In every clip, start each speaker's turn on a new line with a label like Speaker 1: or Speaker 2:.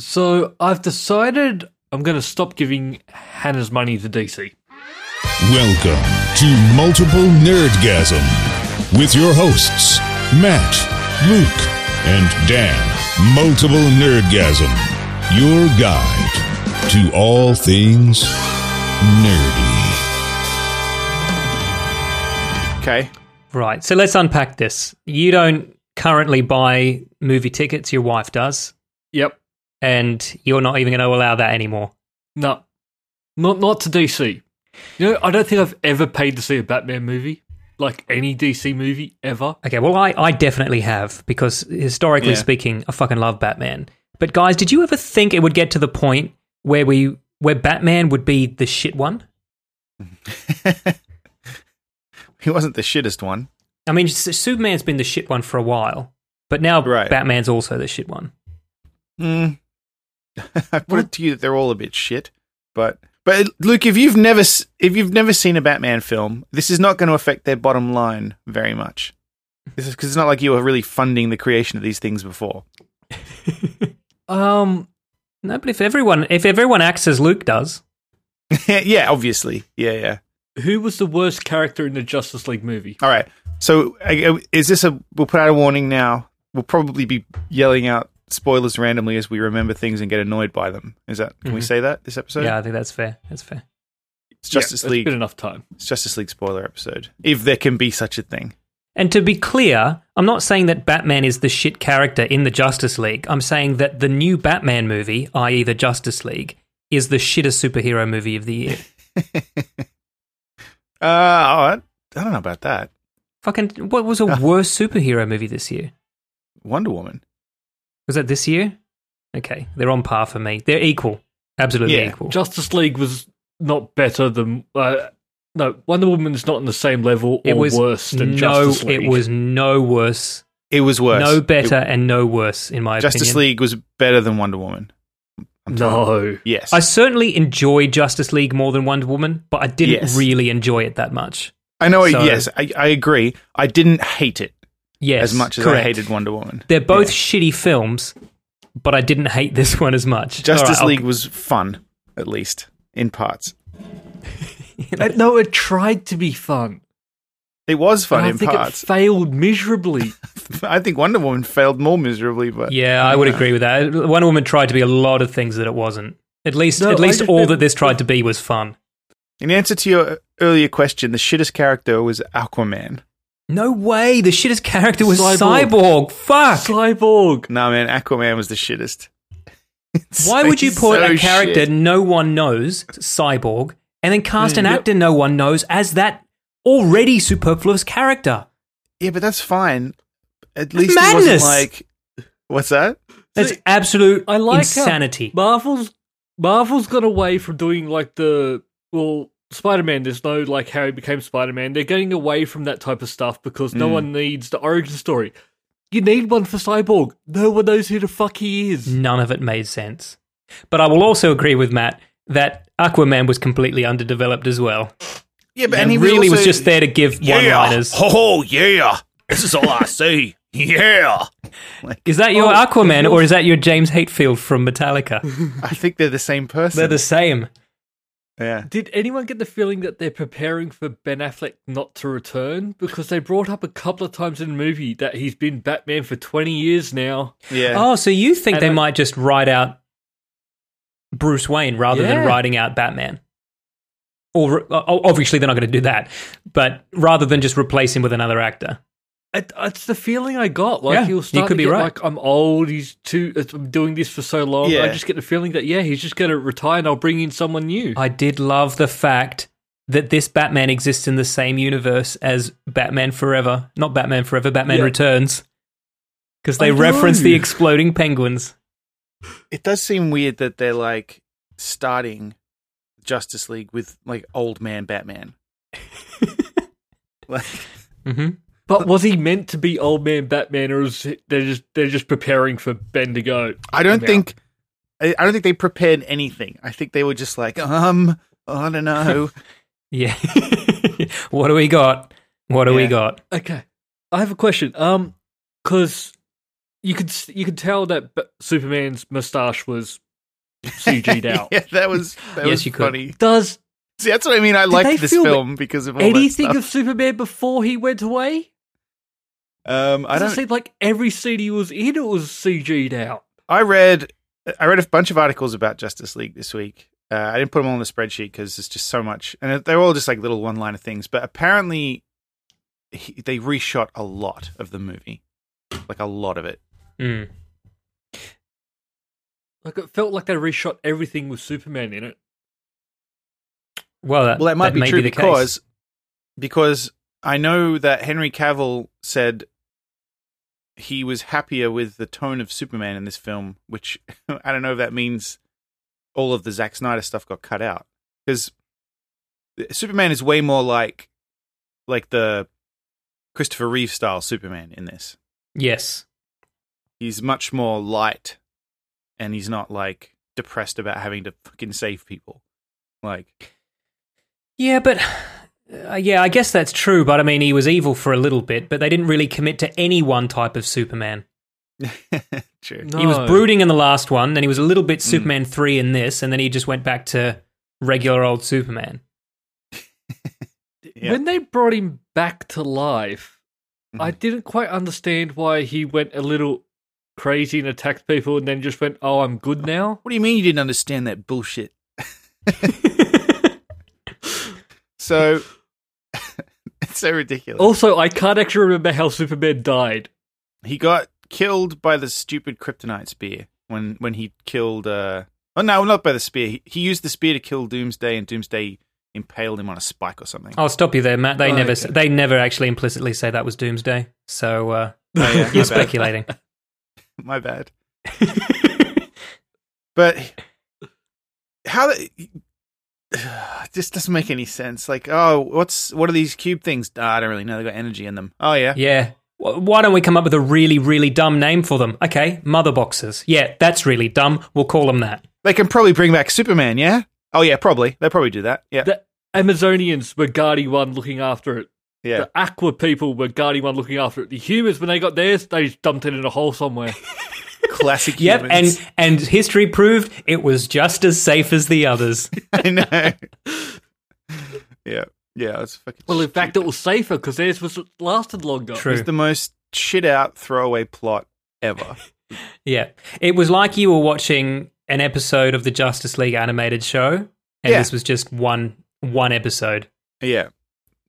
Speaker 1: So I've decided I'm going to stop giving Hannah's money to DC.
Speaker 2: Welcome to Multiple Nerdgasm with your hosts, Matt, Luke, and Dan. Multiple Nerdgasm, your guide to all things nerdy.
Speaker 3: Okay.
Speaker 4: Right. So let's unpack this. You don't currently buy movie tickets, your wife does,
Speaker 1: Yep.
Speaker 4: and you're not even going to allow that anymore.
Speaker 1: No. Not not to DC. You know, I don't think I've ever paid to see a Batman movie, like any DC movie ever.
Speaker 4: Okay, well, I, I definitely have because historically
Speaker 3: Yeah.
Speaker 4: speaking, I fucking love Batman. But guys, did you ever think it would get to the point where we where Batman would be the shit one?
Speaker 3: He wasn't the shittest one.
Speaker 4: I mean, S- Superman's been the shit one for a while, but now
Speaker 3: Right.
Speaker 4: Batman's also the shit one.
Speaker 3: Mm. I put it to you that they're all a bit shit, but but Luke, if you've never s- if you've never seen a Batman film, this is not going to affect their bottom line very much. This is because it's not like you were really funding the creation of these things before.
Speaker 1: Um,
Speaker 4: No, but if everyone if everyone acts as Luke does,
Speaker 3: yeah, obviously. Yeah, yeah.
Speaker 1: who was the worst character in the Justice League movie?
Speaker 3: All right. So I- I- is this a? We'll put out a warning now. We'll probably be yelling out spoilers randomly as we remember things and get annoyed by them. Is that? Can we say that this episode?
Speaker 4: yeah, I think that's fair. That's fair.
Speaker 3: It's Justice
Speaker 1: Yeah,
Speaker 3: League.
Speaker 1: It's been enough time.
Speaker 3: It's Justice League spoiler episode, if there can be such a thing.
Speaker 4: And to be clear, I'm not saying that Batman is the shit character in the Justice League. I'm saying that the new Batman movie, i.e., the Justice League, is the shittest superhero movie of the year.
Speaker 3: Uh, I, I don't know about that.
Speaker 4: Fucking, what was a worse superhero movie this year?
Speaker 3: Wonder Woman.
Speaker 4: Was that this year? Okay, they're on par for me. They're equal, absolutely
Speaker 3: Yeah,
Speaker 4: equal.
Speaker 1: Justice League was not better than. Uh, no, Wonder Woman's not on the same level or
Speaker 4: it was
Speaker 1: worse than
Speaker 4: no,
Speaker 1: Justice League.
Speaker 4: it was no worse,
Speaker 3: It was worse.
Speaker 4: no better,
Speaker 3: It-
Speaker 4: and no worse in my
Speaker 3: Justice
Speaker 4: opinion.
Speaker 3: League was better than Wonder Woman. I'm sorry.
Speaker 1: no.
Speaker 3: Yes.
Speaker 4: I
Speaker 3: I,
Speaker 4: certainly enjoyed Justice League more than Wonder Woman, but I didn't
Speaker 3: Yes.
Speaker 4: really enjoy it that much.
Speaker 3: know. it-
Speaker 4: so-
Speaker 3: yes, I, I agree. I didn't hate it
Speaker 4: Yes,
Speaker 3: as much as I
Speaker 4: correct.
Speaker 3: hated Wonder Woman.
Speaker 4: They're both
Speaker 3: Yeah.
Speaker 4: shitty films, but I didn't hate this one as much.
Speaker 3: Justice
Speaker 4: All right, I'll-
Speaker 3: League was fun, at least in parts.
Speaker 1: Uh, no, it tried to be fun.
Speaker 3: It was fun
Speaker 1: and I
Speaker 3: in
Speaker 1: think
Speaker 3: parts.
Speaker 1: it failed miserably.
Speaker 3: I think Wonder Woman failed more miserably, but
Speaker 4: yeah, I would agree with that. Wonder Woman tried to be a lot of things that it wasn't. At least,
Speaker 1: No,
Speaker 4: at
Speaker 1: I
Speaker 4: least
Speaker 1: just
Speaker 4: all
Speaker 1: meant-
Speaker 4: that this tried to be was fun.
Speaker 3: in answer to your earlier question, the shittest character was Aquaman.
Speaker 4: No way. The shittest character was
Speaker 1: Cyborg.
Speaker 4: Cyborg. Fuck.
Speaker 1: Cyborg.
Speaker 3: No, man, Aquaman was the shittest.
Speaker 4: Why would you
Speaker 3: He's
Speaker 4: put
Speaker 3: so
Speaker 4: a character
Speaker 3: shit.
Speaker 4: no one knows, Cyborg, and then cast an
Speaker 1: Mm, yep.
Speaker 4: actor no one knows as that already superfluous character?
Speaker 3: Yeah, but that's fine. At least it
Speaker 4: madness.
Speaker 3: wasn't like what's that?
Speaker 4: That's absolute
Speaker 1: I like how
Speaker 4: insanity.
Speaker 1: Marvel's Marvel's got away from doing like the well Spider-Man. There's no like how he became Spider-Man. They're getting away from that type of stuff because no one needs the origin story. You need one for Cyborg. No one knows who the fuck he is.
Speaker 4: None of it made sense. But I will also agree with Matt that Aquaman was completely underdeveloped as well.
Speaker 3: Yeah, but
Speaker 4: And, really was just there to give one-liners.
Speaker 3: Oh yeah, this is all I see. Yeah,
Speaker 4: Is that your
Speaker 1: Oh,
Speaker 4: Aquaman
Speaker 1: of
Speaker 4: or
Speaker 1: course.
Speaker 4: is that your James Hatefield from Metallica?
Speaker 3: I think they're the same person.
Speaker 4: They're the same.
Speaker 3: yeah,
Speaker 1: Did anyone get the feeling that they're preparing for Ben Affleck not to return? Because they brought up a couple of times in the movie that he's been Batman for 20 years now.
Speaker 3: yeah.
Speaker 4: Oh, so you think
Speaker 1: And
Speaker 4: they
Speaker 1: I-
Speaker 4: might just write out Bruce Wayne rather
Speaker 1: Yeah.
Speaker 4: than writing out Batman? Or uh, obviously they're not going to do that, but rather than just replace him with another actor.
Speaker 1: It, it's the feeling I got. Like
Speaker 4: Yeah,
Speaker 1: he'll
Speaker 4: you
Speaker 1: start
Speaker 4: could
Speaker 1: to
Speaker 4: be
Speaker 1: get,
Speaker 4: right.
Speaker 1: like I'm old. He's too. uh, I'm doing this for so long. I
Speaker 3: Yeah.
Speaker 1: just get the feeling that yeah, he's just going to retire and I'll bring in someone new.
Speaker 4: I did love the fact that this Batman exists in the same universe as Batman Forever. Not Batman Forever, Batman
Speaker 1: Yeah.
Speaker 4: Returns. Because
Speaker 1: I
Speaker 4: they reference
Speaker 1: know.
Speaker 4: the exploding penguins.
Speaker 3: It does seem weird that they're like starting Justice League with like old man Batman. like Mm-hmm.
Speaker 4: hmm
Speaker 1: But was he meant to be old man Batman, or is it- they're just they're just preparing for Ben to go?
Speaker 3: I don't
Speaker 1: Yeah.
Speaker 3: think I, I don't think they prepared anything. I think they were just like, um, I don't know.
Speaker 4: Yeah. what do we got? What do we
Speaker 3: Yeah.
Speaker 4: got?
Speaker 1: Okay, I have a question. Um, because you could s- you could tell that B- Superman's mustache was CG'd out.
Speaker 3: yeah, that was that
Speaker 4: Yes,
Speaker 3: was
Speaker 4: you could.
Speaker 3: funny.
Speaker 1: Does
Speaker 3: See, that's what I mean. I
Speaker 1: they
Speaker 3: liked this
Speaker 1: film
Speaker 3: film because of all that
Speaker 1: anything
Speaker 3: stuff.
Speaker 1: of Superman before he went away?
Speaker 3: um, I
Speaker 1: Does
Speaker 3: don't.
Speaker 1: it seem like every scene he was in, it was CG'd out?
Speaker 3: I read I read a bunch of articles about Justice League this week. Uh, I didn't put them all in the spreadsheet because there's just so much, and they're all just like little one liner things. But apparently, he, they reshot a lot of the movie, like a lot of it.
Speaker 4: Mm.
Speaker 1: Like it felt like they reshot everything with Superman in it.
Speaker 4: Well, that,
Speaker 3: Well, that might be
Speaker 4: may
Speaker 3: true
Speaker 4: the case.
Speaker 3: because because I know that Henry Cavill said he was happier with the tone of Superman in this film, which I don't know if that means all of the Zack Snyder stuff got cut out because Superman is way more like like the Christopher Reeve style Superman in this.
Speaker 4: yes,
Speaker 3: He's much more light, and he's not like depressed about having to fucking save people. Like
Speaker 4: yeah, but uh, yeah, I guess that's true. But I mean, he was evil for a little bit, but they didn't really commit to any one type of Superman.
Speaker 3: true.
Speaker 1: No.
Speaker 4: He was brooding in the last one, then he was a little bit
Speaker 3: Hmm.
Speaker 4: Superman three in this, and then he just went back to regular old Superman.
Speaker 3: Yeah. Mm-hmm.
Speaker 1: When they brought him back to life, I didn't quite understand why he went a little crazy and attacked people and then just went, oh, I'm good now.
Speaker 3: What do you mean you didn't understand that bullshit? so it's so ridiculous.
Speaker 1: Also, I can't actually remember how Superman died.
Speaker 3: He got killed by the stupid kryptonite spear when when he killed uh Oh no, not by the spear. He, he used the spear to kill Doomsday and Doomsday impaled him on a spike or something.
Speaker 4: I'll stop you there, Matt. They
Speaker 1: Oh,
Speaker 4: never
Speaker 1: okay.
Speaker 4: they never actually implicitly say that was Doomsday, so uh,
Speaker 3: Oh, yeah, my
Speaker 4: you're
Speaker 3: bad.
Speaker 4: speculating.
Speaker 3: My bad. But how the this doesn't make any sense. Like, oh, what's what are these cube things? Ah, I don't really know. They got energy in them. Oh yeah.
Speaker 4: Yeah. Wh- Why don't we come up with a really, really dumb name for them? Okay, mother boxes. Yeah, that's really dumb. We'll call them that.
Speaker 3: They can probably bring back Superman, yeah? Oh yeah, probably. They'll probably do that. Yeah.
Speaker 1: The Amazonians were Guardi One looking after it.
Speaker 3: yeah.
Speaker 1: The Aqua people were Guardi One looking after it. The humans, when they got theirs, they just dumped it in a hole somewhere.
Speaker 3: classic
Speaker 4: Yep,
Speaker 3: humans.
Speaker 4: and and history proved it was just as safe as the others.
Speaker 3: and I know. yeah. Yeah, it's fucking
Speaker 1: well, in fact, it
Speaker 3: stupid.
Speaker 1: was safer because theirs was lasted longer.
Speaker 4: True.
Speaker 3: It's the most shit out throwaway plot ever.
Speaker 4: Yeah. It was like you were watching an episode of the Justice League animated show, and
Speaker 3: Yeah.
Speaker 4: this was just one one episode.
Speaker 3: yeah.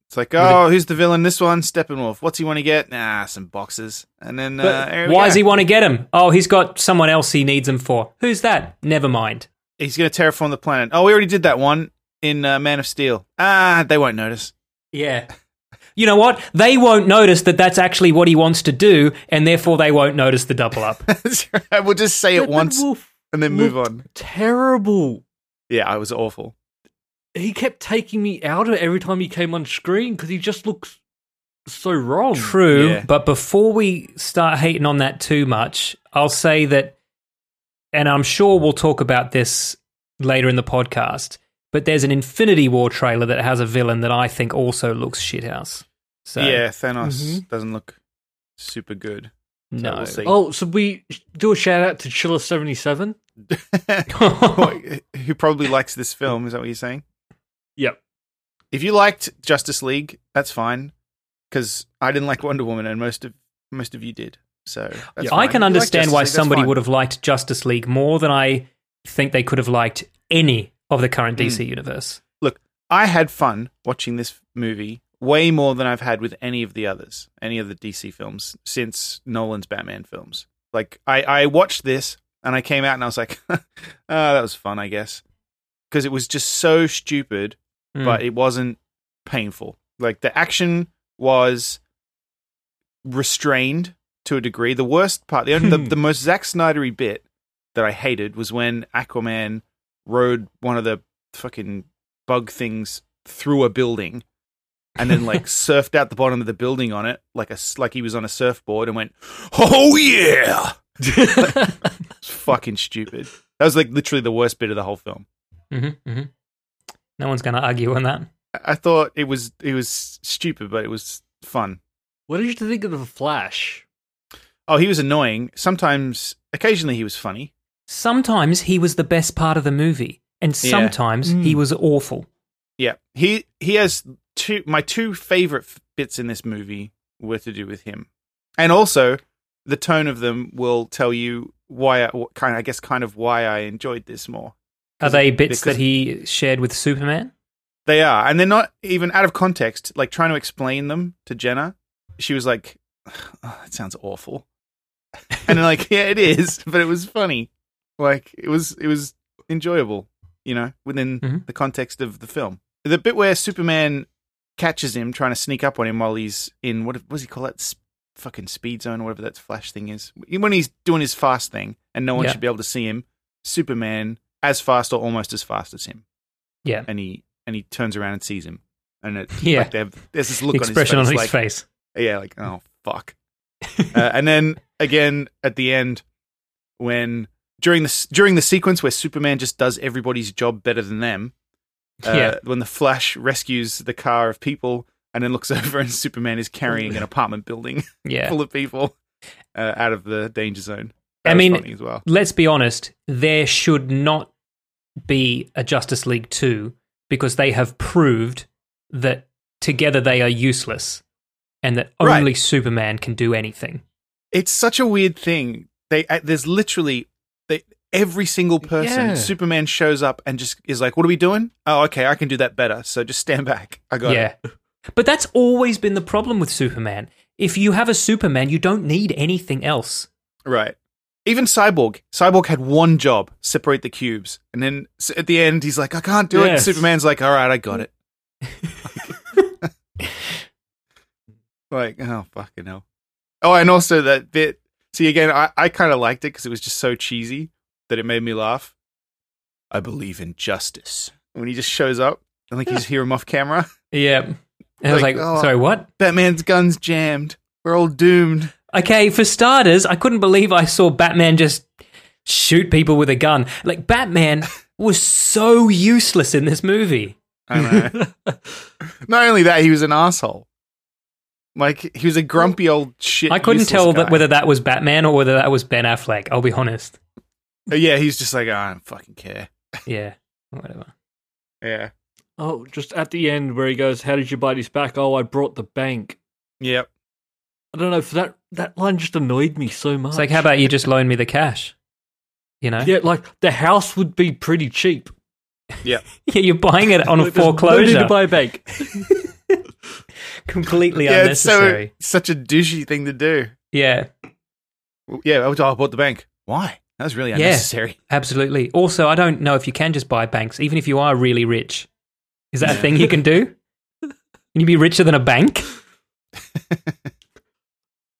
Speaker 3: It's like, oh, who's the villain? This one, Steppenwolf. What's he want to get? Nah, some boxes. And then, uh, here we
Speaker 4: Why
Speaker 3: go.
Speaker 4: does he want to get him? Oh, he's got someone else he needs him for. Who's that? Never mind.
Speaker 3: He's going to terraform the planet. Oh, we already did that one in uh, Man of Steel. Ah, they won't notice.
Speaker 4: Yeah. You know what? They won't notice that that's actually what he wants to do, and therefore they won't notice the double up.
Speaker 3: we'll just say it once
Speaker 1: Steppenwolf
Speaker 3: and then move
Speaker 1: looked
Speaker 3: on.
Speaker 1: Terrible.
Speaker 3: Yeah, it was awful.
Speaker 1: he kept taking me out of it every time he came on screen because he just looks so wrong.
Speaker 4: True,
Speaker 3: Yeah.
Speaker 4: but before we start hating on that too much, I'll say that, and I'm sure we'll talk about this later in the podcast. But there's an Infinity War trailer that has a villain that I think also looks shithouse. So
Speaker 3: yeah, Thanos
Speaker 1: Mhm.
Speaker 3: doesn't look super good. So
Speaker 4: no,
Speaker 3: we'll see.
Speaker 1: Oh, so we do a shout out to Chiller seventy seven.
Speaker 3: What, Who probably likes this film? Is that what you're saying?
Speaker 1: Yep.
Speaker 3: If you liked Justice League, that's fine. Because I didn't like Wonder Woman, and most of most of you did. So that's fine.
Speaker 4: I can
Speaker 3: If you like
Speaker 4: understand
Speaker 3: Justice
Speaker 4: why
Speaker 3: League, that's
Speaker 4: somebody
Speaker 3: fine.
Speaker 4: would have liked Justice League more than I think they could have liked any of the current
Speaker 3: Hmm.
Speaker 4: DC universe.
Speaker 3: Look, I had fun watching this movie way more than I've had with any of the others, any of the DC films since Nolan's Batman films. Like I, I watched this and I came out and I was like, "Ah, that was fun, I guess," because it was just so stupid
Speaker 4: Mm.
Speaker 3: but it wasn't painful. Like the action was restrained to a degree. The worst part, the only, the, the most Zack Snydery bit that I hated was when Aquaman rode one of the fucking bug things through a building and then like surfed out the bottom of the building on it like a s- like he was on a surfboard and went oh yeah it's fucking stupid that was like literally the worst bit of the whole film
Speaker 4: Mhm, mhm. no one's going to argue on that.
Speaker 3: I thought it was it was stupid, but it was fun.
Speaker 1: What did you think of the Flash?
Speaker 3: Oh, he was annoying. Sometimes, occasionally, he was funny.
Speaker 4: sometimes he was the best part of the movie, and
Speaker 3: Yeah.
Speaker 4: sometimes he was awful.
Speaker 3: Yeah, he he has two. My two favorite f- bits in this movie were to do with him, and also the tone of them will tell you why. I, what kind, I guess, kind of why I enjoyed this more.
Speaker 4: Are they bits
Speaker 3: because-
Speaker 4: that he shared with Superman?
Speaker 3: They are, and they're not even out of context. Like trying to explain them to Jenna, she was like, oh, "That sounds awful," and they're like, "Yeah, it is," but it was funny. Like it was, it was enjoyable, you know, within
Speaker 4: Mhm.
Speaker 3: the context of the film. The bit where Superman catches him trying to sneak up on him while he's in what, what does he call that? S- fucking speed zone or whatever that flash thing is. When he's doing his fast thing, and no one
Speaker 4: Yeah.
Speaker 3: should be able to see him. Superman as fast or almost as fast as him
Speaker 4: Yeah,
Speaker 3: and he and he turns around and sees him, and it,
Speaker 4: Yeah.
Speaker 3: like they have, there's this look
Speaker 4: the expression
Speaker 3: on his face,
Speaker 4: on his
Speaker 3: like,
Speaker 4: face.
Speaker 3: yeah, like oh fuck. uh, and then again at the end, when during the s- during the sequence where Superman just does everybody's job better than them, uh,
Speaker 4: Yeah.
Speaker 3: when the Flash rescues the car of people and then looks over and Superman is carrying an apartment building
Speaker 4: Yeah,
Speaker 3: full of people uh, out of the danger zone.
Speaker 4: I
Speaker 3: was
Speaker 4: mean-
Speaker 3: funny as well.
Speaker 4: let's be honest, there should not be a Justice League 2 because they have proved that together they are useless and that
Speaker 3: Right.
Speaker 4: only Superman can do anything.
Speaker 3: it's such a weird thing. They uh, there's literally they, every single person.
Speaker 1: Yeah.
Speaker 3: Superman shows up and just is like, "What are we doing? Oh, okay, I can do that better. So just stand back. I got it."
Speaker 4: yeah. But that's always been the problem with Superman. If you have a Superman, you don't need anything else.
Speaker 3: Right. Even Cyborg. Cyborg had one job: separate the cubes. And then s- at the end, he's like, "I can't do
Speaker 1: Yes.
Speaker 3: it." Superman's like, "All right, I got it." like, oh fucking hell. Oh, and also that bit. See, again, I, I kind of liked it because it was just so cheesy that it made me laugh. I believe in justice. When he just shows up, I think you just hear him off camera.
Speaker 4: Yeah. And I was
Speaker 3: Like,
Speaker 4: like,
Speaker 3: oh.
Speaker 4: sorry, what?
Speaker 3: Batman's gun's jammed. We're all doomed.
Speaker 4: Okay, for starters, I couldn't believe I saw Batman just shoot people with a gun. Like, Batman was so useless in this movie.
Speaker 3: I know. Not only that, he was an asshole. Like he was a grumpy old shit.
Speaker 4: I couldn't
Speaker 3: useless
Speaker 4: tell that
Speaker 3: guy.
Speaker 4: whether that was Batman or whether that was Ben Affleck. I'll be honest.
Speaker 3: Uh, Yeah, he's just like "Oh, I don't fucking care.
Speaker 4: Yeah, whatever.
Speaker 3: Yeah.
Speaker 1: Oh, just at the end where he goes, "How did you buy this back?" Oh, I brought the bank.
Speaker 3: Yep.
Speaker 1: I don't know. For that that line just annoyed me so much.
Speaker 4: It's like, how about you just loan me the cash? You know,
Speaker 1: yeah, like the house would be pretty cheap.
Speaker 3: Yep.
Speaker 4: yeah, you're buying it on a
Speaker 1: Like, there's No need
Speaker 4: foreclosure.
Speaker 1: to buy a bank.
Speaker 4: Completely
Speaker 3: yeah, it's so
Speaker 4: unnecessary.
Speaker 3: such a douchey thing to do.
Speaker 4: yeah,
Speaker 3: Well, Yeah, I, was, oh, I bought the bank. Why? That was really
Speaker 4: Yeah.
Speaker 3: unnecessary.
Speaker 4: absolutely. Also, I don't know if you can just buy banks, even if you are really rich. Is that a thing you can do? Can you be richer than a bank?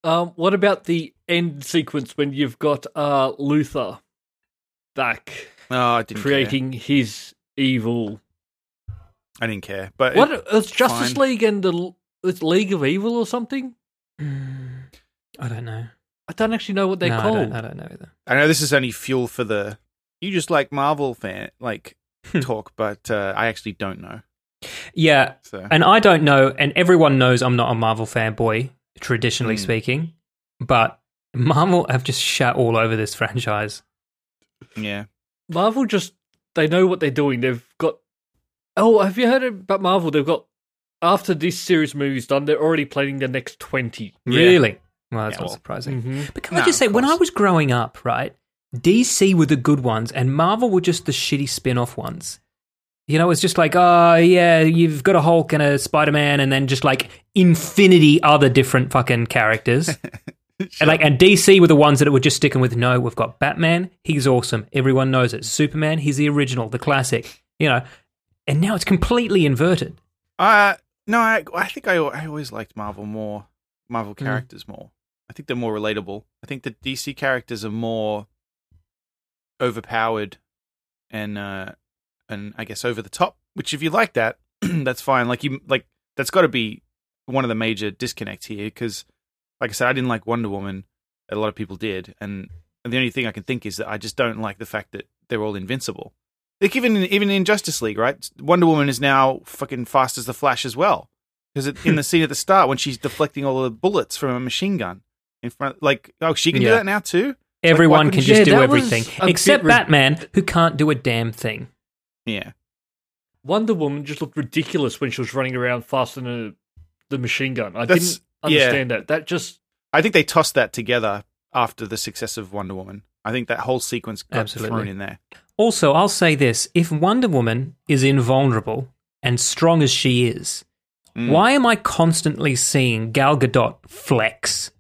Speaker 1: Um, what about the end sequence when you've got uh, Luther back
Speaker 3: Oh, I didn't care.
Speaker 1: creating his evil?
Speaker 3: I didn't care. But
Speaker 1: What uh, it's Justice
Speaker 3: fine.
Speaker 1: League and the L- it's League of Evil or something?
Speaker 4: Mm. I don't know.
Speaker 1: I don't actually know what they're
Speaker 4: no, I
Speaker 1: called.
Speaker 4: don't, I don't know either.
Speaker 3: I know this is only fuel for the you just like Marvel fan like
Speaker 4: Hmm.
Speaker 3: talk, but uh, I actually don't know.
Speaker 4: Yeah,
Speaker 3: So
Speaker 4: And I don't know, and everyone knows I'm not a Marvel fanboy,
Speaker 3: Hmm.
Speaker 4: traditionally speaking, but Marvel have just shat all over this franchise.
Speaker 3: yeah,
Speaker 1: Marvel just they know what they're doing. They've got oh, have you heard about Marvel? They've got after this series of movies done, they're already planning the next twenty.
Speaker 4: Really? Well, that's
Speaker 3: Yeah,
Speaker 4: not
Speaker 3: well, mm-hmm.
Speaker 4: surprising.
Speaker 1: mhm.
Speaker 4: But can I
Speaker 3: No,
Speaker 4: just say,
Speaker 3: of
Speaker 4: when I
Speaker 3: course.
Speaker 4: was growing up, right, DC were the good ones, and Marvel were just the shitty spin off ones. You know, it's just like, oh, yeah, you've got a Hulk and a Spider Man, and then just like infinity other different fucking characters. And like and DC were the ones that were just sticking with no, we've got Batman, he's awesome. Everyone knows it. Superman, he's the original, the classic, you know. And now it's completely inverted.
Speaker 3: uh, no, I I think I I always liked Marvel more, Marvel characters more. I think they're more relatable. I think the DC characters are more overpowered and uh and I guess over the top. Which if you like that, that's fine. Like you like that's got to be one of the major disconnects here because, like I said, I didn't like Wonder Woman. A lot of people did, and the only thing I can think is that I just don't like the fact that they're all invincible. Like even in, even in Justice League, right? Wonder Woman is now fucking fast as the Flash as well. Because in the scene at the start when she's deflecting all the bullets from a machine gun in front, like oh she can do
Speaker 4: Yeah.
Speaker 3: that now too.
Speaker 4: Everyone can
Speaker 1: couldn't you-
Speaker 4: just
Speaker 1: Yeah,
Speaker 4: do
Speaker 1: that was
Speaker 4: everything
Speaker 1: a bit
Speaker 4: except
Speaker 1: rid-
Speaker 4: Batman, who can't do a damn thing.
Speaker 3: Yeah.
Speaker 1: Wonder Woman just looked ridiculous when she was running around faster than a, the machine gun. I
Speaker 3: That's-
Speaker 1: didn't
Speaker 3: yeah.
Speaker 1: understand that. That just
Speaker 3: I think they tossed that together after the success of Wonder Woman. I think that whole sequence got
Speaker 4: Absolutely.
Speaker 3: thrown in there.
Speaker 4: Also, I'll say this if Wonder Woman is invulnerable and strong as she is, why am I constantly seeing Gal Gadot flex?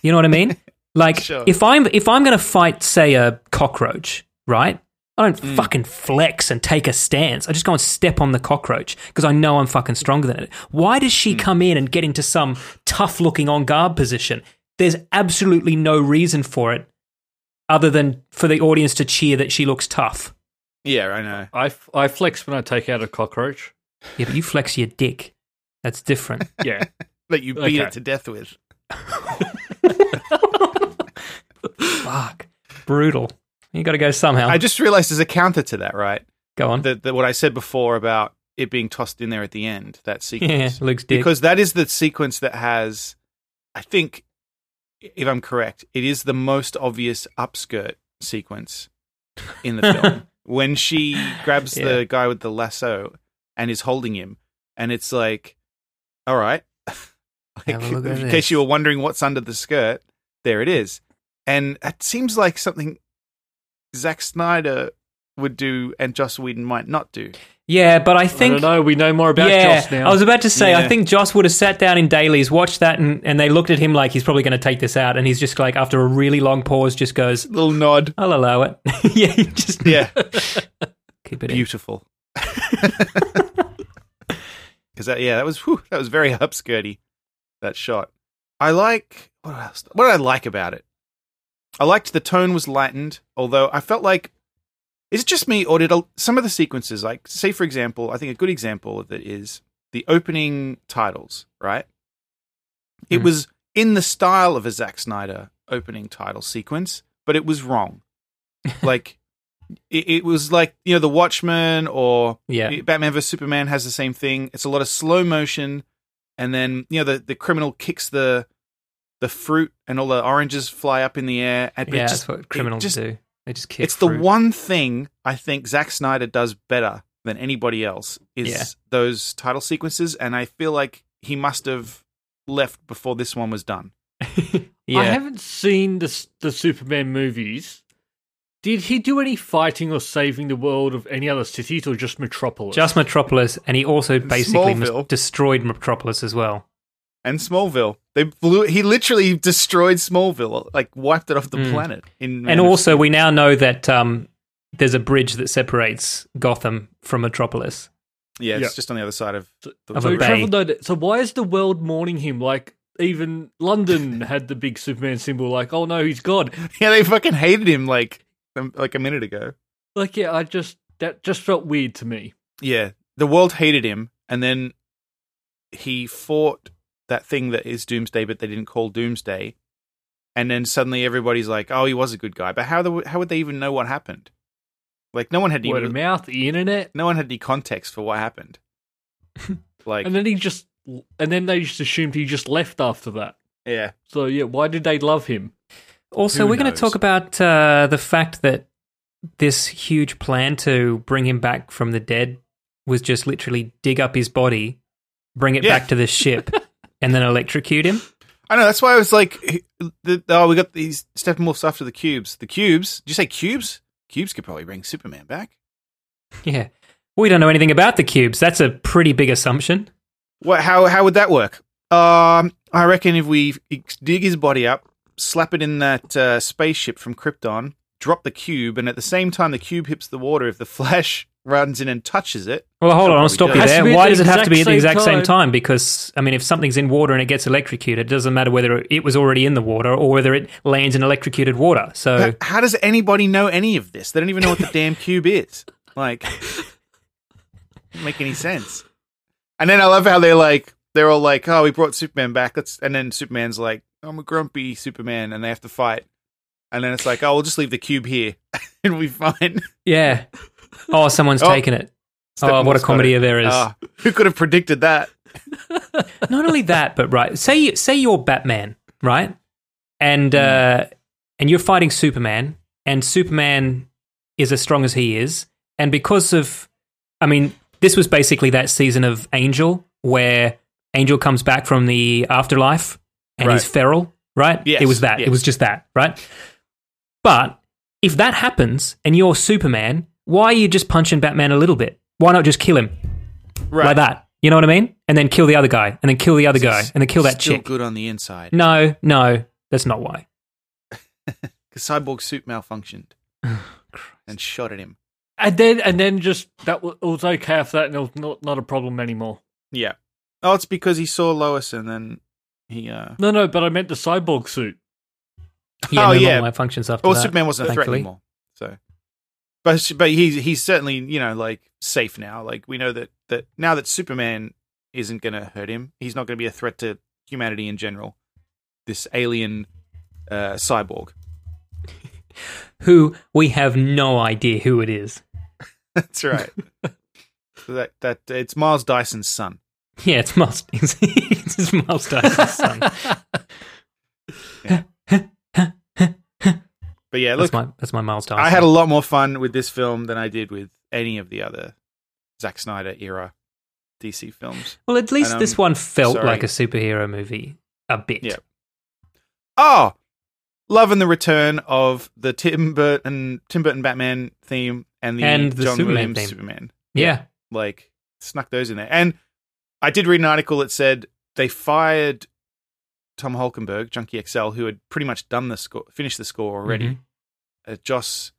Speaker 4: You know what I mean? Like
Speaker 3: Sure.
Speaker 4: if I'm if I'm going to fight say a cockroach, right? I don't fucking flex and take a stance. I just go and step on the cockroach because I know I'm fucking stronger than it. Why does she come in and get into some tough looking on guard position? There's absolutely no reason for it other than for the audience to cheer that she looks tough.
Speaker 3: Yeah, I know.
Speaker 1: I, f- I flex when I take out a cockroach.
Speaker 4: Yeah, but you flex your dick. That's different.
Speaker 1: Yeah,
Speaker 3: That you beat
Speaker 1: Okay.
Speaker 3: it to death with.
Speaker 4: Fuck. Brutal. You got to go somehow.
Speaker 3: I just realized there's a counter to that, right?
Speaker 4: go on.
Speaker 3: That, that what I said before about it being tossed in there at the end, that
Speaker 4: yeah,
Speaker 3: sequence.
Speaker 4: Luke's dick.
Speaker 3: Because that is the sequence that has, I think, if I'm correct, it is the most obvious upskirt sequence in the film. when she grabs
Speaker 4: Yeah.
Speaker 3: the guy with the lasso and is holding him, and it's like, all right.
Speaker 4: Have a look at
Speaker 3: in
Speaker 4: this.
Speaker 3: case you were wondering what's under the skirt, there it is. And it seems like something Zack Snyder would do and Joss Whedon might not do.
Speaker 4: yeah, but I
Speaker 1: I
Speaker 4: think.
Speaker 1: don't know. We know more about
Speaker 4: yeah,
Speaker 1: Joss now.
Speaker 4: I was about to say, I
Speaker 3: Yeah.
Speaker 4: think Joss would have sat down in dailies, watched that, and, and they looked at him like he's probably going to take this out. And he's just like, after a really long pause, just goes,
Speaker 3: Little nod.
Speaker 4: I'll allow it. yeah, he just
Speaker 3: Yeah.
Speaker 4: keep it in.
Speaker 3: beautiful. Because that, yeah, that was whew, that was very upskirty. That shot. I like what else? What did I like about it? I liked the tone was lightened, although I felt like is it just me or did a, some of the sequences like say for example, I think a good example of it is the opening titles, right? It
Speaker 4: Mm.
Speaker 3: was in the style of a Zack Snyder opening title sequence, but it was wrong. like it, it was like you know the Watchmen or
Speaker 4: Yeah.
Speaker 3: Batman vs Superman has the same thing. It's a lot of slow motion, and then you know the, the criminal kicks the the fruit, and all the oranges fly up in the air. And but it
Speaker 4: Yeah,
Speaker 3: just-
Speaker 4: that's what
Speaker 3: it
Speaker 4: criminals
Speaker 3: just-
Speaker 4: do. They just kick
Speaker 3: It's
Speaker 4: fruit.
Speaker 3: the one thing I think Zack Snyder does better than anybody else is
Speaker 4: Yeah.
Speaker 3: those title sequences, and I feel like he must have left before this one was done.
Speaker 4: Yeah.
Speaker 1: I haven't seen the s- the Superman movies. Did he do any fighting or saving the world of any other cities or just Metropolis?
Speaker 4: Just Metropolis, and he also basically mis-
Speaker 3: Smallville.
Speaker 4: destroyed Metropolis as well.
Speaker 3: And Smallville, they blew. He literally destroyed Smallville, like wiped it off the
Speaker 4: Mm.
Speaker 3: planet. In Man
Speaker 4: and
Speaker 3: of
Speaker 4: also, we now know that um, there's a bridge that separates Gotham from Metropolis.
Speaker 3: Yeah, it's
Speaker 1: Yeah.
Speaker 3: just on the other side of.
Speaker 1: So-
Speaker 3: the-
Speaker 4: Of
Speaker 1: so,
Speaker 4: a
Speaker 1: he
Speaker 4: bay.
Speaker 1: travelled over- so why is the world mourning him? Like even London had the big Superman symbol. Like oh no, he's God.
Speaker 3: yeah, they fucking hated him like um, like a minute ago.
Speaker 1: Like yeah, I just that just felt weird to me.
Speaker 3: Yeah, the world hated him, and then he fought that thing that is Doomsday, but they didn't call Doomsday. And then suddenly everybody's like, "Oh, he was a good guy," but how the, how would they even know what happened? Like, no one had
Speaker 1: Word of
Speaker 3: even,
Speaker 1: mouth, the internet,
Speaker 3: no one had any context for what happened. Like,
Speaker 1: and then he just and then they just assumed he just left after that.
Speaker 3: yeah,
Speaker 1: So yeah, why did they love him?
Speaker 4: Also,
Speaker 3: Who
Speaker 4: we're going to
Speaker 3: knows?
Speaker 4: talk about uh, the fact that this huge plan to bring him back from the dead was just literally dig up his body, bring it
Speaker 3: Yeah.
Speaker 4: back to the ship, and then electrocute him.
Speaker 3: I know. That's why I was like, he- the, "Oh, we got these Steppenwolfs after the cubes. The cubes? Did you say cubes? Cubes could probably bring Superman back."
Speaker 4: Yeah. We don't know anything about the cubes. That's a pretty big assumption.
Speaker 3: What? How? How would that work? Um, I reckon if we dig his body up, slap it in that uh, spaceship from Krypton, drop the cube, and at the same time the cube hits the water, if the Flash runs in and touches it,
Speaker 4: Well, hold on, I'll
Speaker 3: probably
Speaker 4: stop
Speaker 3: does.
Speaker 4: you
Speaker 1: Has to
Speaker 4: there.
Speaker 1: be at
Speaker 4: Why
Speaker 1: the
Speaker 4: does it have to
Speaker 1: exact
Speaker 4: be at the
Speaker 1: same
Speaker 4: exact same
Speaker 1: time.
Speaker 4: time? Because, I mean, if something's in water and it gets electrocuted, it doesn't matter whether it was already in the water or whether it lands in electrocuted water. So,
Speaker 3: h- how does anybody know any of this? They don't even know what the damn cube is. Like, doesn't make any sense. And then I love how they're like, they're all like, "Oh, we brought Superman back." Let's, and then Superman's like, "I'm a grumpy Superman," and they have to fight. And then it's like, "Oh, we'll just leave the cube here, and we find."
Speaker 4: yeah. Oh, someone's
Speaker 3: Oh.
Speaker 4: taken it. Oh, what a
Speaker 3: Steppenwolf's got
Speaker 4: comedy
Speaker 3: it.
Speaker 4: of errors.
Speaker 3: Ah, who could have predicted that? Mm.
Speaker 4: Not only that, but right. Say you say you're Batman, right? And uh, and you're fighting Superman, and Superman is as strong as he is, and because of, I mean, this was basically that season of Angel where Angel comes back from the afterlife and
Speaker 3: Right.
Speaker 4: he's feral, right?
Speaker 3: Yes,
Speaker 4: it was that.
Speaker 3: yes.
Speaker 4: It was just that, right? But if that happens and you're Superman, why are you just punching Batman a little bit? Why not just kill him
Speaker 3: Right.
Speaker 4: like that? You know what I mean? And then kill the other guy, and then kill the other guy, and then kill that
Speaker 3: Still
Speaker 4: chick.
Speaker 3: good on the inside.
Speaker 4: No, no, that's not why.
Speaker 3: Because Cyborg's suit malfunctioned and shot at him.
Speaker 1: And then and then just that was, it was okay after that, and it was not not a problem anymore.
Speaker 3: Yeah. Oh, it's because he saw Lois and then he. uh
Speaker 1: No, no, but I meant the cyborg suit.
Speaker 4: Yeah,
Speaker 3: Oh,
Speaker 4: no
Speaker 3: yeah.
Speaker 4: longer functions after
Speaker 3: Well,
Speaker 4: that.
Speaker 3: Superman wasn't a threat
Speaker 4: thankfully.
Speaker 3: anymore. So. But sh- but he's he's certainly you know like safe now. Like we know that that now that Superman isn't going to hurt him, he's not going to be a threat to humanity in general. This alien uh, cyborg.
Speaker 4: Who we have no idea who it is.
Speaker 3: That's right. so that that it's Miles Dyson's son.
Speaker 4: Yeah, it's Miles. It's, it's Miles Dyson's son.
Speaker 3: But yeah, look,
Speaker 4: that's my that's my Miles Dyson.
Speaker 3: I had a lot more fun with this film than I did with any of the other Zack Snyder era DC films.
Speaker 4: well, at least
Speaker 3: and,
Speaker 4: this
Speaker 3: um,
Speaker 4: one felt
Speaker 3: sorry.
Speaker 4: like a superhero movie a bit.
Speaker 3: Yeah. Oh, loving the return of the Tim Burton Tim Burton Batman theme and the,
Speaker 4: And the
Speaker 3: John
Speaker 4: Superman
Speaker 3: Williams
Speaker 4: theme.
Speaker 3: Superman.
Speaker 4: yeah, Mm-hmm.
Speaker 3: Like snuck those in there. And I did read an article that said they fired Tom Holkenberg, Junkie XL, who had pretty much done the score, finished the score already.
Speaker 4: Mhm.
Speaker 3: uh, Joss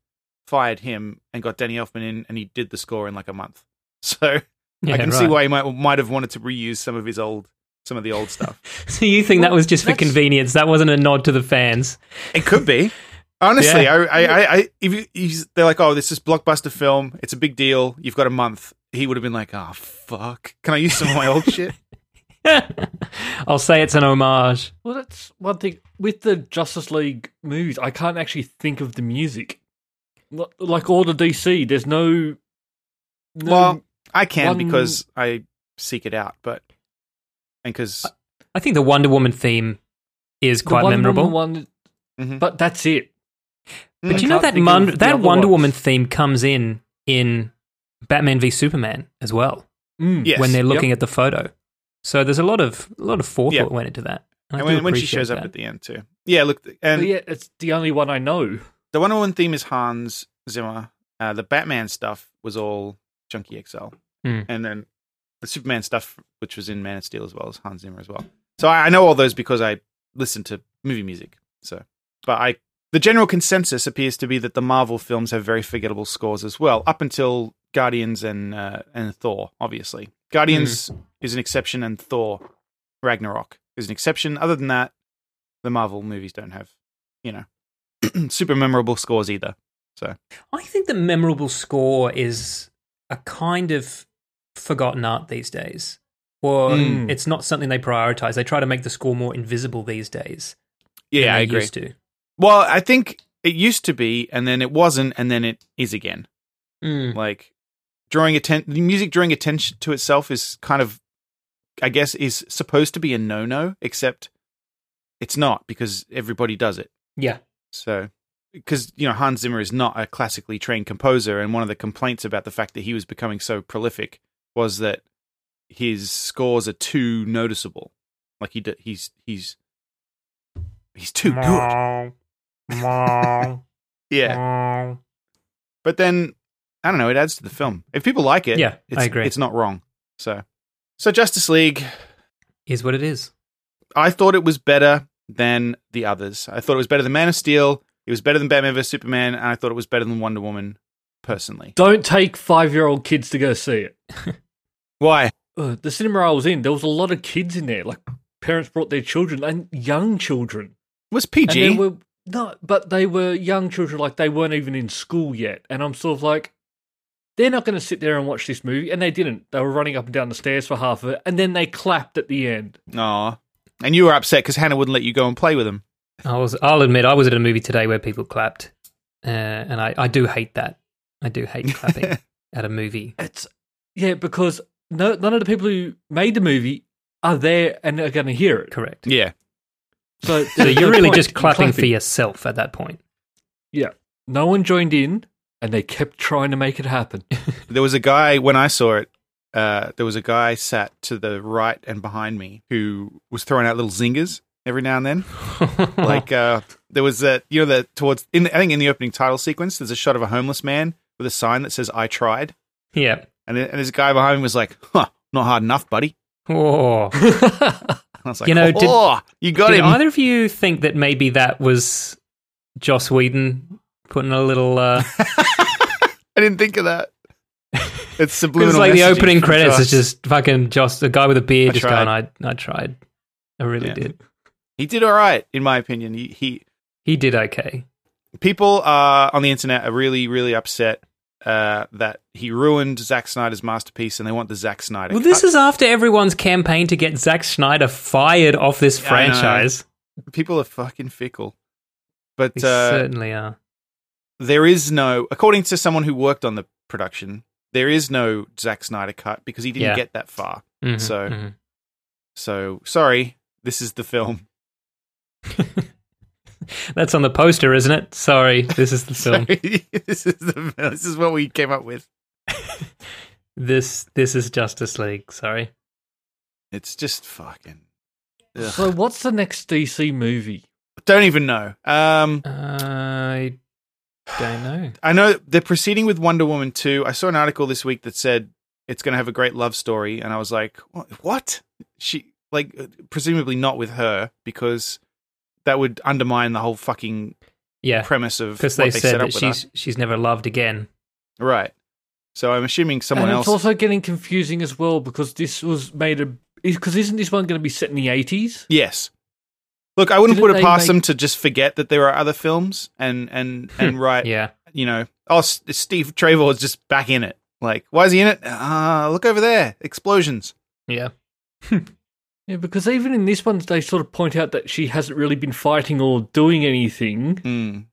Speaker 3: fired him and got Danny Elfman in, and he did the score in like a month. So
Speaker 4: Yeah,
Speaker 3: I can
Speaker 4: right.
Speaker 3: see why he might might have wanted to reuse some of his old some of the old stuff.
Speaker 4: So you think that
Speaker 1: Well,
Speaker 4: was just for
Speaker 1: that's-
Speaker 4: convenience? That wasn't a nod to the fans.
Speaker 3: it could be. Honestly,
Speaker 4: Yeah.
Speaker 3: I, I, I, I, if you, he's, they're like, "Oh, this is blockbuster film. It's a big deal. You've got a month." He would have been like, "Oh, fuck! Can I use some of my old shit?"
Speaker 4: I'll say it's an homage.
Speaker 1: Well, that's one thing with the Justice League movies. I can't actually think of the music. L- Like all the DC, there's no. no
Speaker 3: Well, I can
Speaker 1: Mm. One-
Speaker 3: because I seek it out, but and because
Speaker 4: I think the Wonder Woman theme is
Speaker 1: the
Speaker 4: quite
Speaker 1: Wonder
Speaker 4: memorable.
Speaker 1: Woman One,
Speaker 3: Mhm.
Speaker 1: But that's it.
Speaker 3: I
Speaker 4: But you
Speaker 1: can't
Speaker 4: know that
Speaker 1: think
Speaker 4: mon-
Speaker 1: of the
Speaker 4: that
Speaker 1: other
Speaker 4: Wonder
Speaker 1: ones.
Speaker 4: Woman theme comes in in Batman v Superman as well
Speaker 1: Mm.
Speaker 3: yes,
Speaker 4: when they're looking at the photo. So there's a lot of a lot of forethought
Speaker 3: Yeah.
Speaker 4: went into that.
Speaker 3: and when, when she shows up at the end too. Yeah, look, and
Speaker 1: But yeah, it's the only one I know.
Speaker 3: The Wonder Woman theme is Hans Zimmer. Uh, the Batman stuff was all Junkie XL,
Speaker 4: Hmm.
Speaker 3: and then the Superman stuff, which was in Man of Steel as well, is Hans Zimmer as well. So I, I know all those because I listen to movie music. So, but I the general consensus appears to be that the Marvel films have very forgettable scores as well, up until Guardians and uh, and Thor. Obviously, Guardians is an exception, and Thor Ragnarok is an exception. Other than that, the Marvel movies don't have you know super memorable scores either. So
Speaker 4: I think the memorable score is a kind of forgotten art these days, or
Speaker 3: Hmm.
Speaker 1: Mm.
Speaker 4: it's not something they prioritize. They try to make the score more invisible these days. than they Used to.
Speaker 3: Well, I think it used to be, and then it wasn't, and then it is again.
Speaker 4: Mm.
Speaker 3: Like drawing attention, music drawing attention to itself is kind of, I guess, is supposed to be a no-no, except it's not because everybody does it.
Speaker 4: Yeah,
Speaker 3: So, because you know Hans Zimmer is not a classically trained composer, and one of the complaints about the fact that he was becoming so prolific was that his scores are too noticeable. Like he d- he's he's he's too good. Yeah, but then I don't know. It adds to the film. If people like it,
Speaker 4: Yeah,
Speaker 3: it's,
Speaker 4: I agree.
Speaker 3: It's not wrong. So, so Justice League,
Speaker 4: is what it is.
Speaker 3: I thought it was better than the others. I thought it was better than Man of Steel. It was better than Batman vs Superman, and I thought it was better than Wonder Woman. Personally,
Speaker 1: Don't take five year old kids to go see it.
Speaker 3: why?
Speaker 1: Uh, the cinema I was in, there was a lot of kids in there. Like parents brought their children and young children.
Speaker 3: was
Speaker 1: And
Speaker 3: PG.
Speaker 1: they were no, but they were young children. Like they weren't even in school yet. And I'm sort of like, they're not going to sit there and watch this movie. And they didn't. They were running up and down the stairs for half of it, and then they clapped at the end.
Speaker 3: Aw. And you were upset because Hannah wouldn't let you go and play with him.
Speaker 4: I was. I'll admit, I was at a movie today where people clapped, uh, and I, I do hate that. I do hate clapping at a movie.
Speaker 1: It's yeah, because no, none of the people who made the movie are there and are going to hear it.
Speaker 4: Correct.
Speaker 3: Yeah.
Speaker 1: So,
Speaker 4: So
Speaker 1: there's no
Speaker 4: you're really
Speaker 1: point
Speaker 4: just
Speaker 1: in
Speaker 4: clapping, for yourself at that point.
Speaker 1: Yeah. No one joined in, and they kept trying to make it happen.
Speaker 3: There was a guy when I saw it. Uh, there was a guy sat to the right and behind me who was throwing out little zingers every now and then. like uh, there was that you know that towards in I think in the opening title sequence, there's a shot of a homeless man with a sign that says "I tried,"
Speaker 4: yeah.
Speaker 3: and then, and this guy behind me was like, "Huh, not hard enough, buddy."
Speaker 4: Oh.
Speaker 3: And I was like,
Speaker 4: You know, did-
Speaker 3: "Oh, you got
Speaker 4: Did
Speaker 3: him."
Speaker 4: either of you think that maybe that was Joss Whedon putting a little? Uh,
Speaker 3: I didn't think of that. It's
Speaker 4: it's
Speaker 3: subliminal.
Speaker 4: like the
Speaker 3: messaging
Speaker 4: opening
Speaker 3: from
Speaker 4: credits
Speaker 3: Joss.
Speaker 4: is just fucking Joss, the guy with a beard,
Speaker 3: I
Speaker 4: just
Speaker 3: tried.
Speaker 4: going, "I, I tried, I really
Speaker 3: Yeah.
Speaker 4: did."
Speaker 3: he did all right, in my opinion. He, he
Speaker 4: He did okay.
Speaker 3: people uh, on the internet are really, really upset uh, that he ruined Zack Snyder's masterpiece, and they want the Zack Snyder.
Speaker 4: Well, this
Speaker 3: cut.
Speaker 4: is after everyone's campaign to get Zack Schneider fired off this
Speaker 3: Yeah, I know.
Speaker 4: franchise.
Speaker 3: people are fucking fickle, but
Speaker 4: They
Speaker 3: uh,
Speaker 4: certainly are.
Speaker 3: there is no, according to someone who worked on the production, there is no Zack Snyder cut because he didn't
Speaker 4: Yeah.
Speaker 3: get that far.
Speaker 4: Mhm,
Speaker 3: so-
Speaker 4: mhm.
Speaker 3: So sorry, this is the film.
Speaker 4: that's on the poster, isn't it? Sorry, this is the film.
Speaker 3: Sorry, this is the film. This is what we came up with.
Speaker 4: This this is Justice League. Sorry.
Speaker 3: It's just fucking. ugh.
Speaker 1: so, what's the next DC movie?
Speaker 3: Don't even know. Um,
Speaker 4: I don't know.
Speaker 3: I know they're proceeding with Wonder Woman 2. I saw an article this week that said it's going to have a great love story, and I was like, "Wha- what? She like uh, presumably not with her because that would undermine the whole fucking
Speaker 4: Yeah,
Speaker 3: premise of what
Speaker 4: because they,
Speaker 3: set
Speaker 4: said
Speaker 3: up
Speaker 4: that
Speaker 3: with
Speaker 4: she's she's never loved again.
Speaker 3: her. Right. So I'm assuming someone
Speaker 1: and
Speaker 3: else.
Speaker 1: it's also getting confusing as well because this was made a. Because isn't this one going to be set in the 80s?
Speaker 3: yes. Look, I wouldn't
Speaker 1: Didn't
Speaker 3: put it
Speaker 1: they
Speaker 3: past
Speaker 1: make-
Speaker 3: them to just forget that there are other films and and and write
Speaker 4: Yeah,
Speaker 3: you know, oh, S- Steve Trevor is just back in it. Like, why is he in it? Uh, look over there, explosions.
Speaker 4: yeah,
Speaker 1: Yeah, because even in this one, they sort of point out that she hasn't really been fighting or doing anything.
Speaker 3: Mm.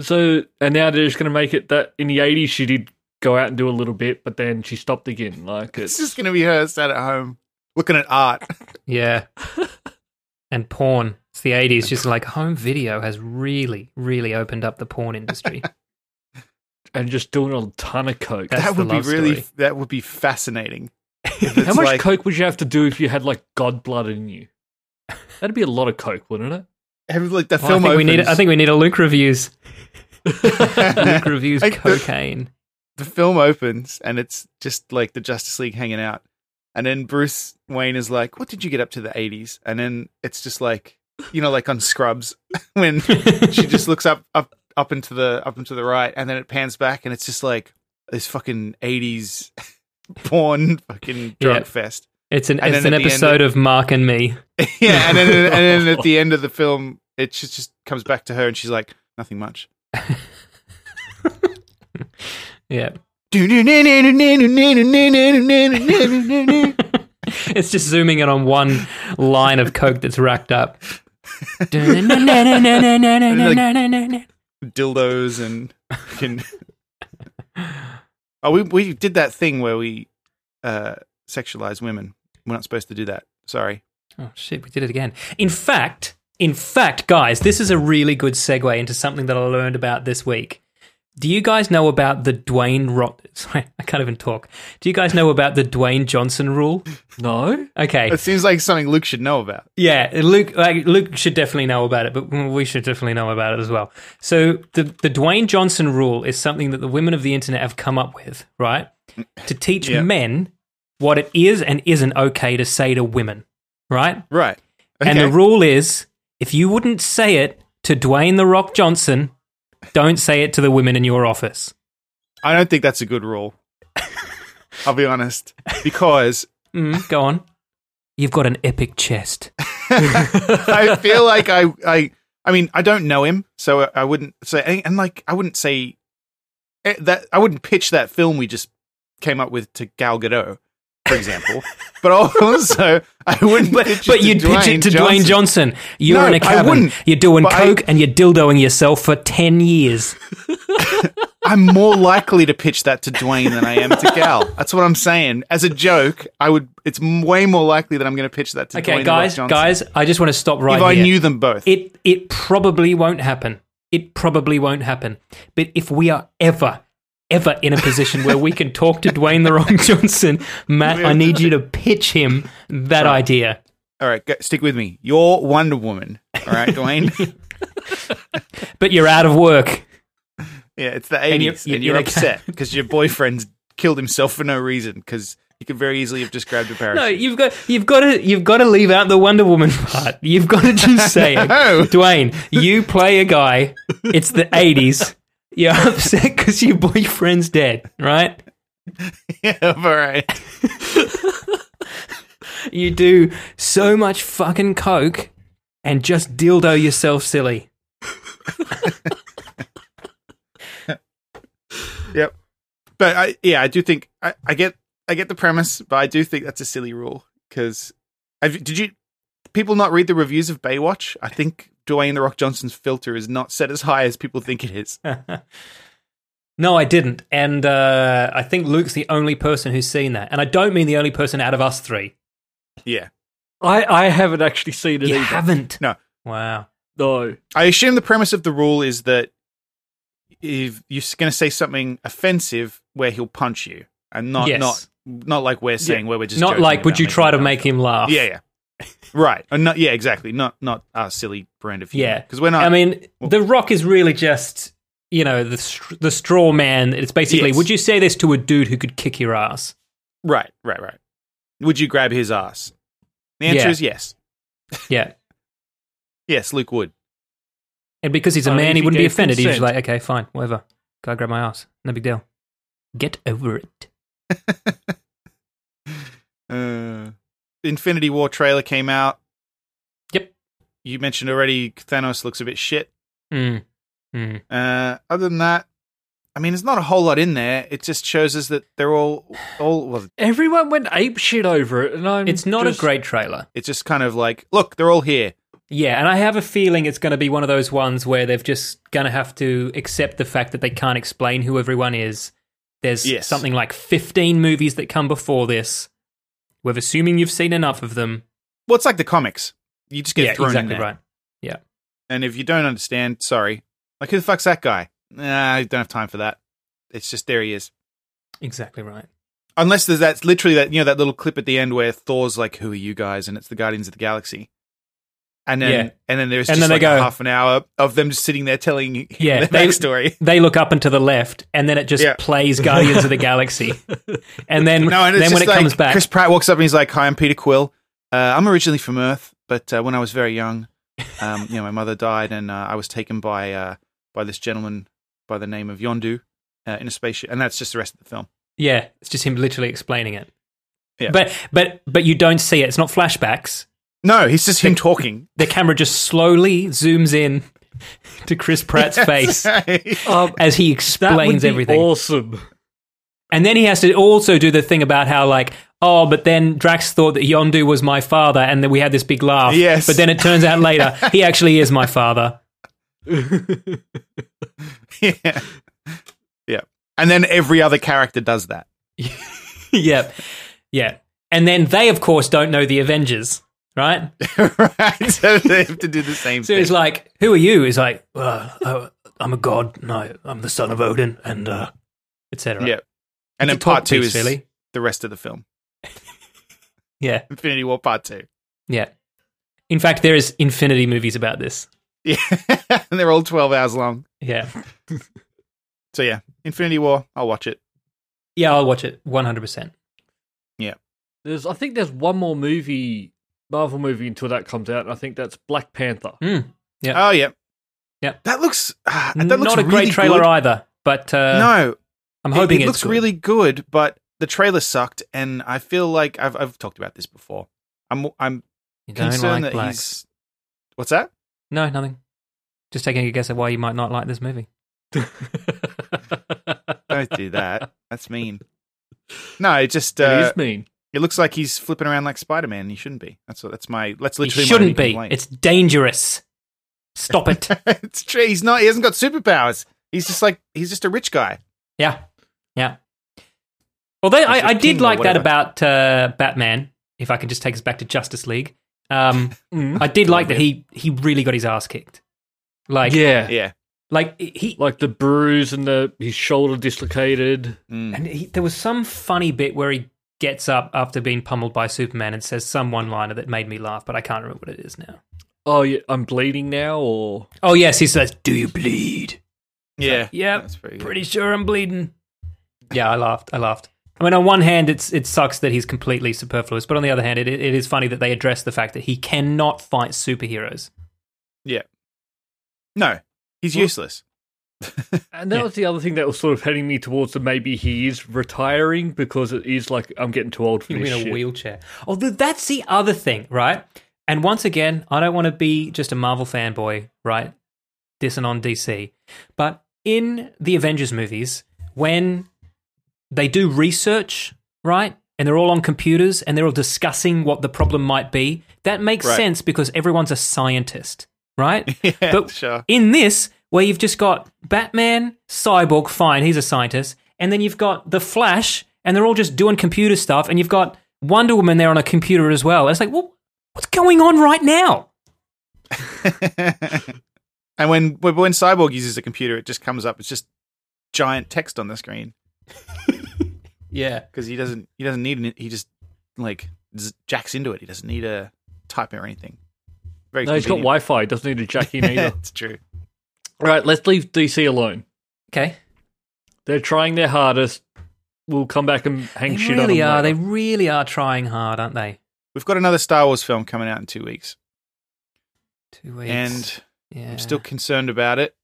Speaker 1: So, and now they're just going to make it that in the 80s she did go out and do a little bit, but then she stopped again. Like,
Speaker 3: It's
Speaker 1: it's.
Speaker 3: just gonna be her sat at home looking at art.
Speaker 4: yeah. and porn. It's the eighties. Just like home video has really, really opened up the porn industry.
Speaker 1: and just doing a ton of coke.
Speaker 4: That's
Speaker 3: that would
Speaker 4: the
Speaker 3: be
Speaker 4: love
Speaker 3: really,
Speaker 4: story.
Speaker 3: that would be fascinating. If
Speaker 1: How
Speaker 3: it's
Speaker 1: much
Speaker 3: like-
Speaker 1: coke would you have to do if you had like god blood in you? That'd be a lot of coke, wouldn't it?
Speaker 3: have, like the
Speaker 4: Well,
Speaker 3: film
Speaker 4: I think we need.
Speaker 3: opens-
Speaker 4: I think we need a Luke reviews. Luke reviews
Speaker 3: Like the-
Speaker 4: cocaine.
Speaker 3: the film opens and it's just like the Justice League hanging out, and then Bruce Wayne is like, "What did you get up to the '80s?" And then it's just like, you know, like on Scrubs when she just looks up up up into the up into the right and then it pans back and it's just like this fucking 80s porn fucking drug
Speaker 4: Yeah.
Speaker 3: fest
Speaker 4: It's an
Speaker 3: and
Speaker 4: it's
Speaker 3: then
Speaker 4: an
Speaker 3: at the end
Speaker 4: episode of Mark and Me.
Speaker 3: yeah and then and then at the end of the film it just, just comes back to her and she's like nothing much
Speaker 4: Yeah,
Speaker 3: yeah
Speaker 4: it's just zooming in on one line of coke that's racked up. Oh, yeah,
Speaker 3: dildos and fucking oh we, we did that thing where we uh sexualize women we're not supposed to do that sorry
Speaker 4: Oh shit, we did it again. In fact, in fact, guys, this is a really good segue into something that I learned about this week. Do you guys know about the Dwayne Rot? Sorry, I can't even talk. Do you guys know about the Dwayne Johnson rule?
Speaker 1: No?
Speaker 4: Okay,
Speaker 3: it seems like something luke should know about
Speaker 4: yeah, Luke. Like, Luke should definitely know about it, but we should definitely know about it as well. So the the Dwayne Johnson rule is something that the women of the internet have come up with, right, to teach
Speaker 3: Yeah.
Speaker 4: men what it is and isn't okay to say to women, right?
Speaker 3: right
Speaker 4: And the
Speaker 3: Okay.
Speaker 4: rule is if you wouldn't say it to Dwayne The Rock Johnson, don't say it to the women in your office.
Speaker 3: I don't think that's a good rule. I'll be honest. Because
Speaker 4: Mm, go on. You've got an epic chest.
Speaker 3: I feel like I, I, I mean, I don't know him, so I, I wouldn't say, and- and like, I wouldn't say eh, that, I wouldn't pitch that film we just came up with to Gal Gadot, for example. but also, I wouldn't pitch it
Speaker 4: But
Speaker 3: to
Speaker 4: you'd pitch it to Dwayne Johnson. You're
Speaker 3: No,
Speaker 4: in a
Speaker 3: I
Speaker 4: cabin.
Speaker 3: wouldn't,
Speaker 4: You're doing
Speaker 3: but I-
Speaker 4: coke and you're dildoing yourself for 10 years.
Speaker 3: I'm more likely to pitch that to Dwayne than I am to Gal. That's what I'm saying. As a joke, I would. It's m- way more likely that I'm going to pitch that to Dwayne
Speaker 4: Okay,
Speaker 3: than
Speaker 4: guys,
Speaker 3: Rock Johnson.
Speaker 4: guys, I just want to stop right
Speaker 3: If I
Speaker 4: here.
Speaker 3: knew them both,
Speaker 4: it it probably won't happen. It probably won't happen. But if we are ever ever in a position where we can talk to Dwayne the Rock Johnson, Matt, I need you to pitch him that idea.
Speaker 3: all right, go, stick with me. You're Wonder Woman. All right, Dwayne.
Speaker 4: But you're out of work.
Speaker 3: yeah, it's the
Speaker 4: you-
Speaker 3: 80s, and,
Speaker 4: you-
Speaker 3: you're,
Speaker 4: you're okay.
Speaker 3: upset because your boyfriend's killed himself for no reason because you could very easily have just grabbed a parachute.
Speaker 4: No, you've got you've got to you've got to leave out the Wonder Woman part. You've got to just say it.
Speaker 3: No.
Speaker 4: Dwayne, you play a guy. It's the 80s. You're upset cuz your boyfriend's dead, right?
Speaker 3: yeah, all right.
Speaker 4: You do so much fucking coke and just dildo yourself silly.
Speaker 3: Yep. But I, yeah, I do think I, I get I get the premise, but I do think that's a silly rule because did you people not read the reviews of Baywatch? I think Dwayne the Rock Johnson's filter is not set as high as people think it is.
Speaker 4: No, I didn't. And uh, I think Luke's the only person who's seen that. And I don't mean the only person out of us three.
Speaker 3: Yeah.
Speaker 1: I, I haven't actually seen it
Speaker 4: You
Speaker 1: either.
Speaker 4: haven't.
Speaker 3: No.
Speaker 4: Wow.
Speaker 1: No.
Speaker 3: I assume the premise of the rule is that if you're going to say something offensive, where he'll punch you, and not
Speaker 4: Yes.
Speaker 3: not not like we're saying where we're just
Speaker 4: Not
Speaker 3: joking
Speaker 4: like would
Speaker 3: about
Speaker 4: you
Speaker 3: making
Speaker 4: try to
Speaker 3: fun.
Speaker 4: make him laugh?
Speaker 3: yeah yeah right and not yeah exactly not not our silly brand of humor
Speaker 4: Yeah.
Speaker 3: because
Speaker 1: Uh,
Speaker 3: we're not
Speaker 4: I mean, The Rock is really just, you know, the str- the straw man. It's basically,
Speaker 3: Yes.
Speaker 4: would you say this to a dude who could kick your ass?
Speaker 3: Right, right, right. Would you grab his ass? The answer
Speaker 4: Yeah.
Speaker 3: is yes.
Speaker 4: Yeah.
Speaker 3: Yes, Luke would.
Speaker 4: And because he's a
Speaker 1: I mean,
Speaker 4: man,
Speaker 1: Oh, if
Speaker 4: he
Speaker 1: he
Speaker 4: wouldn't be
Speaker 1: gave
Speaker 4: offended. He's just
Speaker 1: consent.
Speaker 4: like, okay, fine, whatever. Guy grab my ass. No big deal. Get over it.
Speaker 3: Uh, Infinity War trailer came out.
Speaker 4: Yep.
Speaker 3: You mentioned already Thanos looks a bit shit.
Speaker 4: Mm. Mm.
Speaker 3: Uh, other than that, I mean, there's not a whole lot in there. It just shows us that they're all all. Well,
Speaker 1: Everyone went ape shit over it, and I'm.
Speaker 4: It's not
Speaker 1: just-
Speaker 4: a great trailer.
Speaker 3: it's just kind of like, look, they're all here.
Speaker 4: Yeah, and I have a feeling it's going to be one of those ones where they've just going to have to accept the fact that they can't explain who everyone is. There's
Speaker 3: Yes.
Speaker 4: something like 15 movies that come before this. We're assuming you've seen enough of them.
Speaker 3: Well, it's like the comics. You just get
Speaker 4: yeah,
Speaker 3: thrown in
Speaker 4: exactly
Speaker 3: there.
Speaker 4: right.
Speaker 3: And if you don't understand, sorry. Like, who the fuck's that guy? Nah, I don't have time for that. It's just there he is.
Speaker 4: Exactly right.
Speaker 3: Unless there's that literally that you know that little clip at the end where Thor's like, "Who are you guys?" and it's the Guardians of the Galaxy, and then
Speaker 4: Yeah.
Speaker 3: and then there's
Speaker 4: And
Speaker 3: just
Speaker 4: then they
Speaker 3: like
Speaker 4: go-
Speaker 3: half an hour of them just sitting there telling him
Speaker 4: Yeah,
Speaker 3: their
Speaker 4: they-
Speaker 3: backstory.
Speaker 4: They look up and to the left, and then it just
Speaker 3: Yeah.
Speaker 4: plays Guardians of the Galaxy. And then,
Speaker 3: No, and it's
Speaker 4: then
Speaker 3: just
Speaker 4: when it
Speaker 3: like
Speaker 4: comes back,
Speaker 3: Chris Pratt walks up and he's like, "Hi, I'm Peter Quill. Uh, I'm originally from Earth, but uh, when I was very young, um, you know, my mother died, and uh, I was taken by uh, by this gentleman by the name of Yondu uh, in a spaceship." And that's just the rest of the film.
Speaker 4: yeah, it's just him literally explaining it.
Speaker 3: Yeah.
Speaker 4: But but but you don't see it. It's not flashbacks.
Speaker 3: No, he's just him talking.
Speaker 4: The camera just slowly zooms in to Chris Pratt's face
Speaker 1: Um,
Speaker 4: as he
Speaker 1: that would
Speaker 4: explains
Speaker 1: be
Speaker 4: everything.
Speaker 1: Awesome.
Speaker 4: And then he has to also do the thing about how like, oh, but then Drax thought that Yondu was my father, and then we had this big laugh.
Speaker 3: Yes.
Speaker 4: But then it turns out later he actually is my father.
Speaker 3: yeah. yeah. And then every other character does that.
Speaker 4: yep. Yeah. And then they, of course, don't know the Avengers, right?
Speaker 3: right. So they have to do the same
Speaker 4: So
Speaker 3: thing.
Speaker 4: it's like, who are you? He's like, uh, uh, I'm a god. No, I'm the son of Odin, and uh, etc.
Speaker 3: yeah. And then part two is the rest of the film.
Speaker 4: yeah,
Speaker 3: Infinity War part two.
Speaker 4: yeah. In fact, there is infinity movies about this.
Speaker 3: Yeah. and they're all 12 hours long.
Speaker 4: Yeah,
Speaker 3: So yeah, Infinity War, I'll watch it.
Speaker 4: yeah. I'll watch it 100. percent
Speaker 1: There's, I think there's one more movie, Marvel movie, until that comes out, and I think that's Black Panther.
Speaker 3: Oh yeah.
Speaker 4: Yeah.
Speaker 3: That looks ah, that looks
Speaker 4: Not a great
Speaker 3: really
Speaker 4: trailer
Speaker 3: good.
Speaker 4: either, but uh,
Speaker 3: no,
Speaker 4: I'm
Speaker 3: It-
Speaker 4: hoping
Speaker 3: it,
Speaker 4: it's
Speaker 3: looks
Speaker 4: good.
Speaker 3: really good, but the trailer sucked, and I feel like I've I've talked about this before. I'm I'm
Speaker 4: You don't
Speaker 3: concerned that
Speaker 4: like blacks.
Speaker 3: he's what's that?
Speaker 4: No, nothing. Just taking a guess at why you might not like this movie.
Speaker 3: Don't do that. That's mean. No, it just
Speaker 1: That
Speaker 3: uh,
Speaker 1: is mean.
Speaker 3: it looks like he's flipping around like Spider Man. He shouldn't be. That's what. That's my. That's
Speaker 4: It
Speaker 3: literally. my only
Speaker 4: shouldn't be.
Speaker 3: complaint.
Speaker 4: It's dangerous. Stop it.
Speaker 3: it's true. He's not. He hasn't got superpowers. He's just like he's just a rich guy.
Speaker 4: Yeah, yeah. Although I, I
Speaker 3: your king
Speaker 4: did
Speaker 3: or
Speaker 4: like that
Speaker 3: whatever.
Speaker 4: about uh, Batman. If I could just take us back to Justice League, um,
Speaker 1: Mm.
Speaker 4: I did like that he he really got his ass kicked. Like
Speaker 1: yeah.
Speaker 3: Yeah.
Speaker 4: like he
Speaker 1: Like the bruise and the his shoulder dislocated.
Speaker 3: Mm.
Speaker 4: and he, there was some funny bit where he gets up after being pummeled by Superman and says some one liner that made me laugh, but I can't remember what it is now.
Speaker 1: Oh, yeah, I'm bleeding now, or
Speaker 4: Oh yes, he says, "Do you bleed?"
Speaker 3: Yeah.
Speaker 4: Yep.
Speaker 3: That's pretty good.
Speaker 4: Pretty sure I'm bleeding. Yeah, I laughed. I laughed. I mean, on one hand, it's it sucks that he's completely superfluous, but on the other hand, it, it is funny that they address the fact that he cannot fight superheroes.
Speaker 3: Yeah. No, he's useless.
Speaker 1: And that
Speaker 4: Yeah.
Speaker 1: was the other thing that was sort of heading me towards that maybe he is retiring because it is like I'm getting too old for
Speaker 4: You're
Speaker 1: this
Speaker 4: in a
Speaker 1: shit.
Speaker 4: wheelchair. Although that's the other thing, right? And once again, I don't want to be just a Marvel fanboy, right? Dissing on DC. But in the Avengers movies, when they do research, right? And they're all on computers and they're all discussing what the problem might be, that makes
Speaker 3: Right.
Speaker 4: sense because everyone's a scientist, right?
Speaker 3: Yeah,
Speaker 4: but
Speaker 3: sure.
Speaker 4: in this, where you've just got Batman, Cyborg, fine, he's a scientist, and then you've got the Flash, and they're all just doing computer stuff, and you've got Wonder Woman there on a computer as well. And it's like, well, what's going on right now?
Speaker 3: And when when when Cyborg uses a computer, it just comes up. It's just giant text on the screen
Speaker 4: Yeah,
Speaker 3: because he doesn't he doesn't need it. He just like z- jacks into it. He doesn't need a type or anything. Very
Speaker 1: No, he's got
Speaker 3: convenient.
Speaker 1: Wi-Fi. Doesn't need a jack in either.
Speaker 3: it's true.
Speaker 1: All right, let's leave DC alone.
Speaker 4: okay.
Speaker 1: They're trying their hardest. We'll come back and hang
Speaker 4: They
Speaker 1: shit
Speaker 4: really are.
Speaker 1: on
Speaker 4: They
Speaker 1: them.
Speaker 4: really are trying hard, aren't they?
Speaker 3: We've got another Star Wars film coming out in two weeks,
Speaker 4: Two weeks,
Speaker 3: and
Speaker 4: yeah.
Speaker 3: I'm still concerned about it.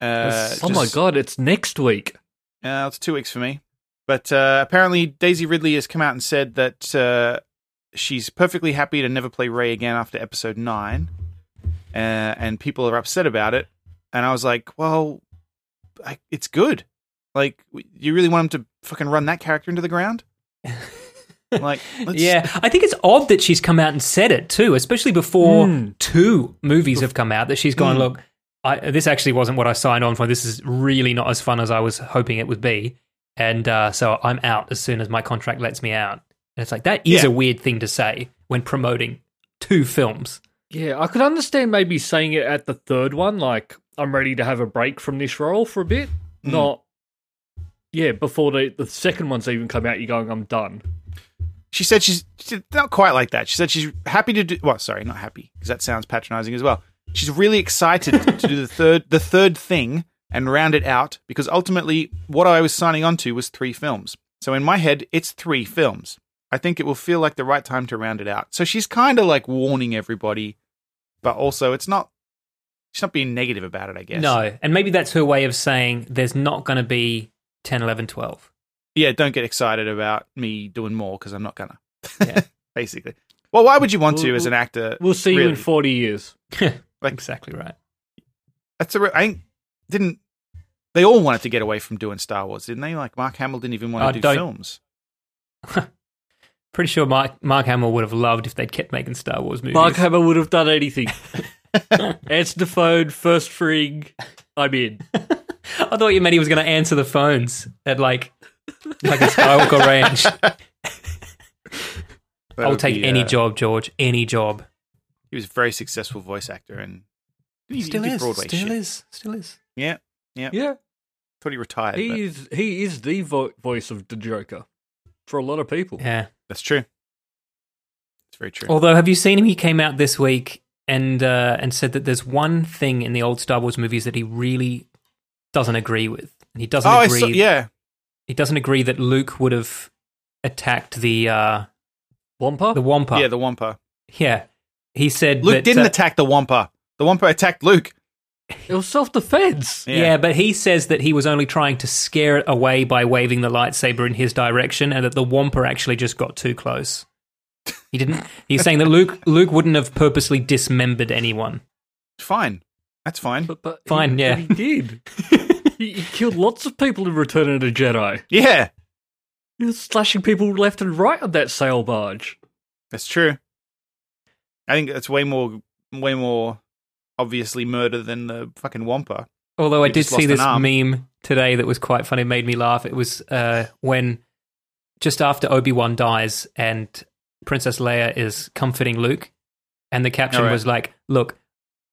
Speaker 3: Uh,
Speaker 1: oh my
Speaker 3: just-
Speaker 1: god, it's next week.
Speaker 3: Uh, it's two weeks for me. But uh, apparently, Daisy Ridley has come out and said that uh, she's perfectly happy to never play Ray again after episode nine. Uh, and people are upset about it. And I was like, well, I, it's good. Like, w- you really want him to fucking run that character into the ground? like, let's,
Speaker 4: yeah, I think it's odd that she's come out and said it too, especially before
Speaker 3: Hmm.
Speaker 1: Mm.
Speaker 4: two movies have come out that she's gone, look, I, this actually wasn't what I signed on for. This is really not as fun as I was hoping it would be. And uh, so I'm out as soon as my contract lets me out. And it's like, that is
Speaker 3: Yeah.
Speaker 4: a weird thing to say when promoting two films.
Speaker 1: Yeah, I could understand maybe saying it at the third one, like I'm ready to have a break from this role for a bit. Not, yeah, before the the second one's even come out, you're going, I'm done.
Speaker 3: She said she's she- not quite like that. She said she's happy to do. Well, sorry, not happy because that sounds patronizing as well. She's really excited to do the third, the third thing and round it out because ultimately, what I was signing on to was three films. So in my head, it's three films. I think it will feel like the right time to round it out. So she's kind of like warning everybody, but also it's not. She's not being negative about it, I guess.
Speaker 4: No. And maybe that's her way of saying there's not going to be 10, 11, 12.
Speaker 3: Yeah, don't get excited about me doing more because I'm not gonna.
Speaker 4: Yeah.
Speaker 3: Basically. Well, why would you want to
Speaker 1: We'll-
Speaker 3: as an actor?
Speaker 1: We'll see you in
Speaker 3: really?
Speaker 1: 40 years.
Speaker 3: Like-
Speaker 4: exactly right.
Speaker 3: That's a. re- I think- didn't. They all wanted to get away from doing Star Wars, didn't they? Like Mark Hamill didn't even want to
Speaker 4: I
Speaker 3: do
Speaker 4: don't-
Speaker 3: films.
Speaker 4: Pretty sure Mark, Mark Hamill would have loved if they'd kept making Star Wars movies.
Speaker 1: Mark Hammer would have done anything. Answer the phone, first ring. I'm in.
Speaker 4: I thought you meant he was going to answer the phones at like like a Skywalker range.
Speaker 3: That
Speaker 4: I'll
Speaker 3: would
Speaker 4: take
Speaker 3: be,
Speaker 4: any
Speaker 3: uh,
Speaker 4: job, George. Any job.
Speaker 3: He was a very successful voice actor, and he, he did Broadway
Speaker 4: Still
Speaker 3: shit.
Speaker 4: is. Still is.
Speaker 3: Yeah, yeah.
Speaker 1: Yeah,
Speaker 3: Thought he retired. but
Speaker 1: he is. He is the vo- voice of the Joker for a lot of people.
Speaker 4: Yeah.
Speaker 3: that's true. It's very true.
Speaker 4: Although, have you seen him? He came out this week and uh, and said that there's one thing in the old Star Wars movies that he really doesn't agree with, and he doesn't
Speaker 3: oh, I
Speaker 4: agree.
Speaker 3: saw, yeah.
Speaker 4: He doesn't agree that Luke would have attacked the uh,
Speaker 1: Wampa.
Speaker 4: the Wampa.
Speaker 3: Yeah, the Wampa.
Speaker 4: Yeah. He said
Speaker 3: Luke
Speaker 4: that,
Speaker 3: didn't
Speaker 4: uh,
Speaker 3: attack the Wampa. The Wampa attacked Luke.
Speaker 1: it was self defense.
Speaker 4: Yeah. but he says that he was only trying to scare it away by waving the lightsaber in his direction, and that the Wampa actually just got too close. He didn't. He's saying that Luke Luke wouldn't have purposely dismembered anyone.
Speaker 3: Fine. That's fine.
Speaker 1: But, but he-
Speaker 4: Fine, yeah.
Speaker 1: but he did. he, he killed lots of people in Return of the Jedi.
Speaker 3: Yeah,
Speaker 1: He was slashing people left and right on that sail barge.
Speaker 3: that's true. I think that's way more, way more obviously murder than the fucking Wampa.
Speaker 4: Although I
Speaker 3: You
Speaker 4: did
Speaker 3: just lost
Speaker 4: see
Speaker 3: an
Speaker 4: this
Speaker 3: arm.
Speaker 4: meme today that was quite funny, made me laugh. It was uh, when just after Obi Wan dies and Princess Leia is comforting Luke, and the caption
Speaker 3: All right.
Speaker 4: was like, "Look,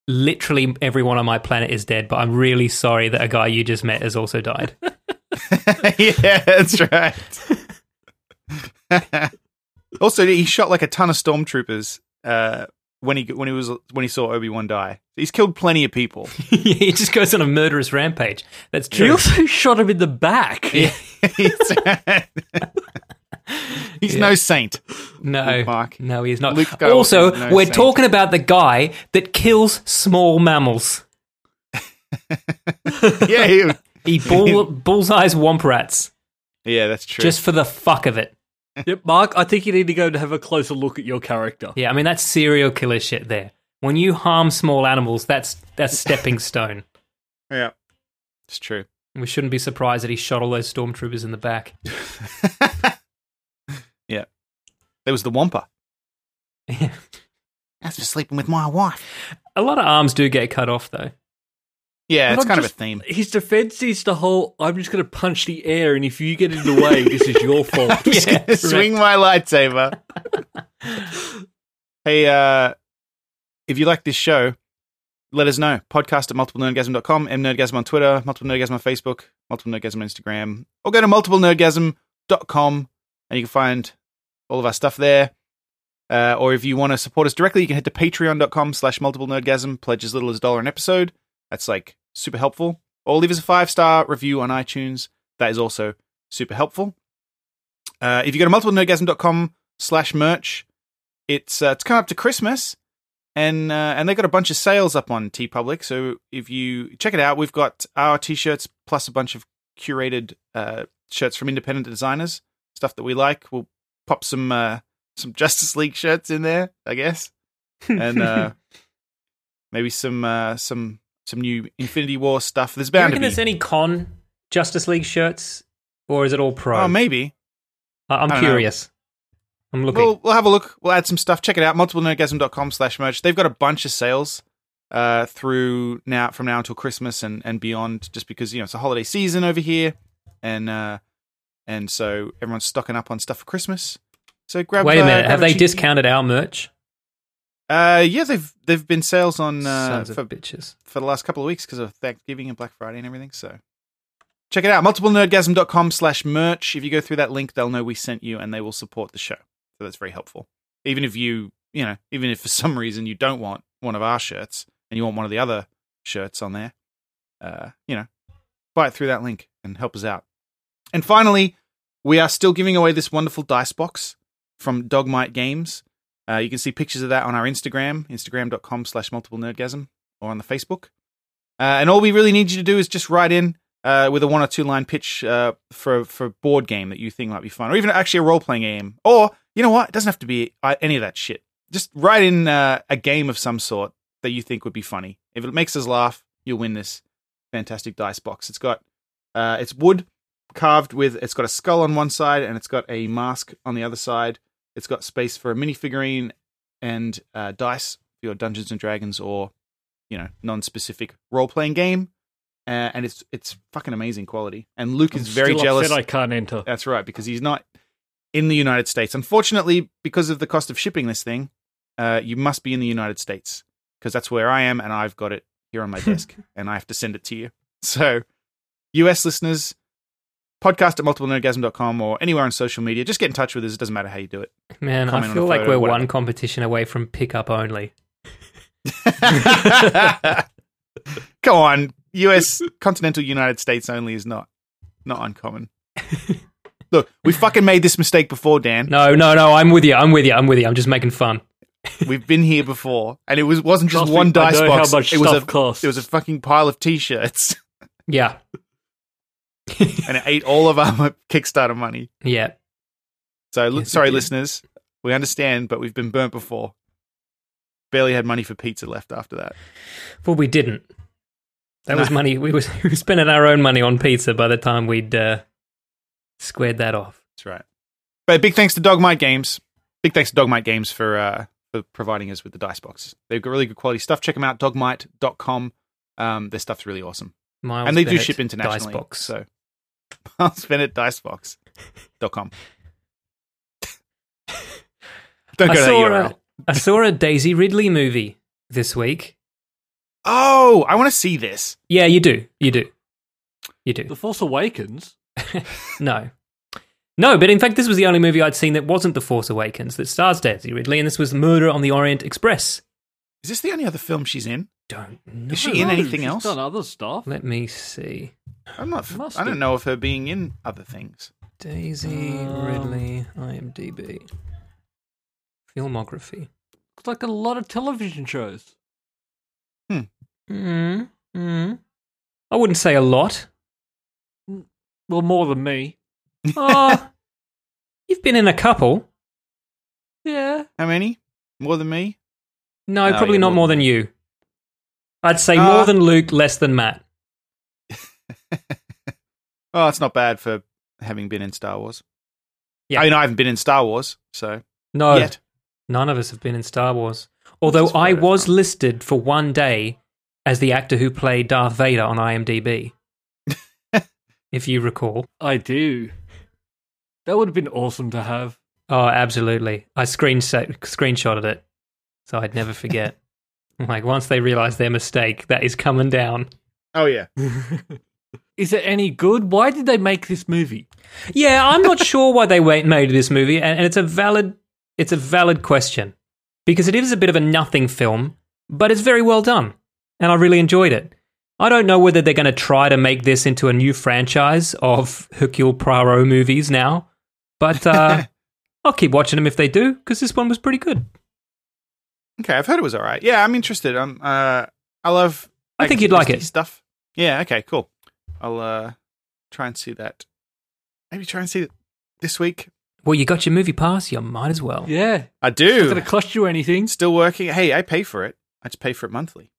Speaker 4: literally everyone on my planet is dead, but I'm really sorry that a guy you just met has also died."
Speaker 3: yeah, that's right. also, he shot like a ton of stormtroopers uh, when he when he was when he saw Obi Wan die. He's killed plenty of people.
Speaker 4: he just goes on a murderous rampage. That's
Speaker 1: He
Speaker 4: true.
Speaker 1: also shot him in the back.
Speaker 3: He's He's no saint.
Speaker 4: No,
Speaker 3: Mark.
Speaker 4: no, he is not.
Speaker 3: Luke Skywalker
Speaker 4: also,
Speaker 3: is no
Speaker 4: we're
Speaker 3: saint.
Speaker 4: talking about the guy that kills small mammals.
Speaker 3: Yeah, he,
Speaker 4: He bull, bullseyes womp rats
Speaker 3: yeah, that's true.
Speaker 4: just for the fuck of it.
Speaker 1: Yep, Mark, I think you need to go to have a closer look at your character.
Speaker 4: Yeah, I mean that's serial killer shit. There, when you harm small animals, that's that's stepping stone.
Speaker 3: yeah, it's true.
Speaker 4: We shouldn't be surprised that he shot all those stormtroopers in the back.
Speaker 3: yeah, there was the Wampa.
Speaker 4: a
Speaker 3: That's for sleeping with my wife.
Speaker 4: lot of arms do get cut off, though.
Speaker 3: Yeah,
Speaker 1: But
Speaker 3: it's
Speaker 1: I'm
Speaker 3: kind
Speaker 1: just-
Speaker 3: of a theme.
Speaker 1: His defense is the whole I'm just going to punch the air, and if you get in the way, this is your fault.
Speaker 3: Swing my lightsaber. hey, uh, if you like this show, let us know. Podcast at multiplenerdgasm.com, mnerdgasm on Twitter, multiple nerdgasm on Facebook, multiple nerdgasm on Instagram, or go to multiplenerdgasm.com and you can find all of our stuff there. Uh, or if you want to support us directly, you can head to patreon.com slash multiple nerdgasm, pledge as little as a dollar an episode. That's like super helpful. Or leave us a five star review on iTunes. That is also super helpful. Uh, if you go to multiplenerdgasm.com slash merch, it's uh, it's come up to Christmas, and uh, and they got a bunch of sales up on T Public. So if you check it out, we've got our t-shirts plus a bunch of curated uh, shirts from independent designers, stuff that we like. We'll pop some uh, some Justice League shirts in there, I guess, and uh, maybe some uh, some some new Infinity War stuff. There's
Speaker 4: Do you
Speaker 3: bound to
Speaker 4: reckon
Speaker 3: be.
Speaker 4: there's any con Justice League shirts, or is it all pro?
Speaker 3: oh, maybe.
Speaker 4: I- I'm
Speaker 3: I don't know.
Speaker 4: curious. I'm looking.
Speaker 3: We'll, we'll have a look. We'll add some stuff. Check it out. Multiplenergasm.com slash merch. They've got a bunch of sales uh, through now from now until Christmas and, and beyond, just because you know it's a holiday season over here, and uh, and so everyone's stocking up on stuff for Christmas. So grab.
Speaker 4: Wait a
Speaker 3: uh,
Speaker 4: minute.
Speaker 3: grab
Speaker 4: Have they
Speaker 3: cheeky-
Speaker 4: discounted our merch?
Speaker 3: Uh, yeah, they've they've been sales on uh,
Speaker 4: Sons of
Speaker 3: for,
Speaker 4: bitches.
Speaker 3: for the last couple of weeks because of Thanksgiving and Black Friday and everything. So check it out. Multiplenerdgasm.com slash merch. If you go through that link, they'll know we sent you and they will support the show. So that's very helpful. Even if you, you know, even if for some reason you don't want one of our shirts and you want one of the other shirts on there, uh, you know, buy it through that link and help us out. And finally, we are still giving away this wonderful dice box from Dogmite Games. Uh, you can see pictures of that on our Instagram, instagram.com slash multiple nerdgasm, or on the Facebook. Uh, and all we really need you to do is just write in uh, with a one or two line pitch uh, for for a board game that you think might be fun, or even actually a role playing game. Or you know what? It doesn't have to be uh, any of that shit. Just write in uh, a game of some sort that you think would be funny. If it makes us laugh, you'll win this fantastic dice box. It's got uh, it's wood carved with. It's got a skull on one side and it's got a mask on the other side. It's got space for a minifigurine and uh, dice for your Dungeons and Dragons or you know non-specific role-playing game, uh, and it's it's fucking amazing quality. And Luke is very
Speaker 1: Still
Speaker 3: jealous.
Speaker 1: Upset I can't enter.
Speaker 3: That's right, because he's not in the United States. Unfortunately, because of the cost of shipping this thing, uh, you must be in the United States because that's where I am, and I've got it here on my desk, and I have to send it to you. So, US listeners, podcast at multiplenergasm.com or anywhere on social media, just get in touch with us. It doesn't matter how you do it.
Speaker 4: Man,
Speaker 3: comment
Speaker 4: I
Speaker 3: on
Speaker 4: feel
Speaker 3: a
Speaker 4: like
Speaker 3: photo,
Speaker 4: we're
Speaker 3: whatever.
Speaker 4: one competition away from pickup only.
Speaker 3: Come on, US continental United States only is not not uncommon. Look, we fucking made this mistake before, Dan.
Speaker 4: No, no, no. I'm with you. I'm with you. I'm with you. I'm just making fun.
Speaker 3: We've been here before, and it was wasn't just
Speaker 1: Trust
Speaker 3: one
Speaker 1: me, I
Speaker 3: dice
Speaker 1: know
Speaker 3: box.
Speaker 1: how much
Speaker 3: it was
Speaker 1: stuff
Speaker 3: a
Speaker 1: costs.
Speaker 3: it was a fucking pile of t-shirts,
Speaker 4: Yeah,
Speaker 3: and it ate all of our Kickstarter money.
Speaker 4: yeah.
Speaker 3: So li-
Speaker 4: Yes, it
Speaker 3: sorry,
Speaker 4: did.
Speaker 3: listeners, we understand, but we've been burnt before. Barely had money for pizza left after that.
Speaker 4: Well, we didn't. That was
Speaker 3: No.
Speaker 4: money. We was we were spending our own money on pizza by the time we'd uh, squared that off.
Speaker 3: That's right. But big thanks to Dogmite Games. Big thanks to Dogmite Games for uh, for providing us with the dice box. They've got really good quality stuff. Check them out, dogmite.com. Um, their stuff's really awesome.
Speaker 4: Miles
Speaker 3: and they do
Speaker 4: Bennett,
Speaker 3: ship internationally.
Speaker 4: Dicebox.
Speaker 3: So Miles Bennett Dicebox.com. Don't go
Speaker 4: I
Speaker 3: to that
Speaker 4: saw
Speaker 3: URL.
Speaker 4: a, I saw a Daisy Ridley movie this week.
Speaker 3: Oh, I want to see this.
Speaker 4: Yeah, you do. You do. You do.
Speaker 1: The Force Awakens.
Speaker 4: No. No, but in fact, this was the only movie I'd seen that wasn't The Force Awakens that stars Daisy Ridley, and this was Murder on the Orient Express.
Speaker 3: Is this the only other film she's in?
Speaker 4: Don't know.
Speaker 3: she in
Speaker 1: No,
Speaker 3: anything
Speaker 1: she's
Speaker 3: else?
Speaker 1: Done other stuff.
Speaker 4: Let me see.
Speaker 3: I'm not.
Speaker 1: Must
Speaker 3: I don't
Speaker 1: be.
Speaker 3: know of her being in other things.
Speaker 4: Daisy
Speaker 1: Um,
Speaker 4: Ridley, IMDb. Filmography.
Speaker 1: It's like a lot of television shows.
Speaker 4: Mm, mm. I wouldn't say a lot.
Speaker 1: Well, more than me.
Speaker 4: Ah, you've been in a couple.
Speaker 1: Yeah.
Speaker 3: How many? More than me?
Speaker 4: No,
Speaker 3: No,
Speaker 4: probably
Speaker 3: yeah,
Speaker 4: not
Speaker 3: more
Speaker 4: more than you. I'd say
Speaker 3: Uh,
Speaker 4: more than Luke, less than Matt.
Speaker 3: Oh, it's not bad for having been in Star Wars.
Speaker 4: Yeah. Oh.
Speaker 3: I mean, I haven't been in Star Wars, so
Speaker 4: No,
Speaker 3: yet.
Speaker 4: none of us have been in Star Wars. Although
Speaker 3: is fair
Speaker 4: I
Speaker 3: enough.
Speaker 4: was listed for one day as the actor who played Darth Vader on IMDb. if you recall.
Speaker 1: I do. That would have been awesome to have.
Speaker 4: Oh, absolutely. I screenshot screenshotted it, so I'd never forget. like once they realize their mistake, that is coming down.
Speaker 3: Oh yeah.
Speaker 1: Is it any good? Why did they make this movie?
Speaker 4: Yeah, I'm not sure why they wa- made this movie, and, and it's a valid it's a valid question because it is a bit of a nothing film, but it's very well done, and I really enjoyed it. I don't know whether they're going to try to make this into a new franchise of Hercule Poirot movies now, but uh, I'll keep watching them if they do because this one was pretty good.
Speaker 3: Okay, I've heard it was all right. Yeah, I'm interested. I'm. Uh, I love.
Speaker 4: I think
Speaker 3: Agatha
Speaker 4: you'd like
Speaker 3: Christie
Speaker 4: it.
Speaker 3: Stuff. Yeah. Okay. Cool. I'll uh, try and see that. Maybe try and see it this week.
Speaker 4: Well, you got your movie pass, you might as well.
Speaker 1: Yeah.
Speaker 3: I
Speaker 1: It's not
Speaker 3: do.
Speaker 1: going to cost you anything.
Speaker 3: Still working. Hey, I pay for it. I just pay for it monthly.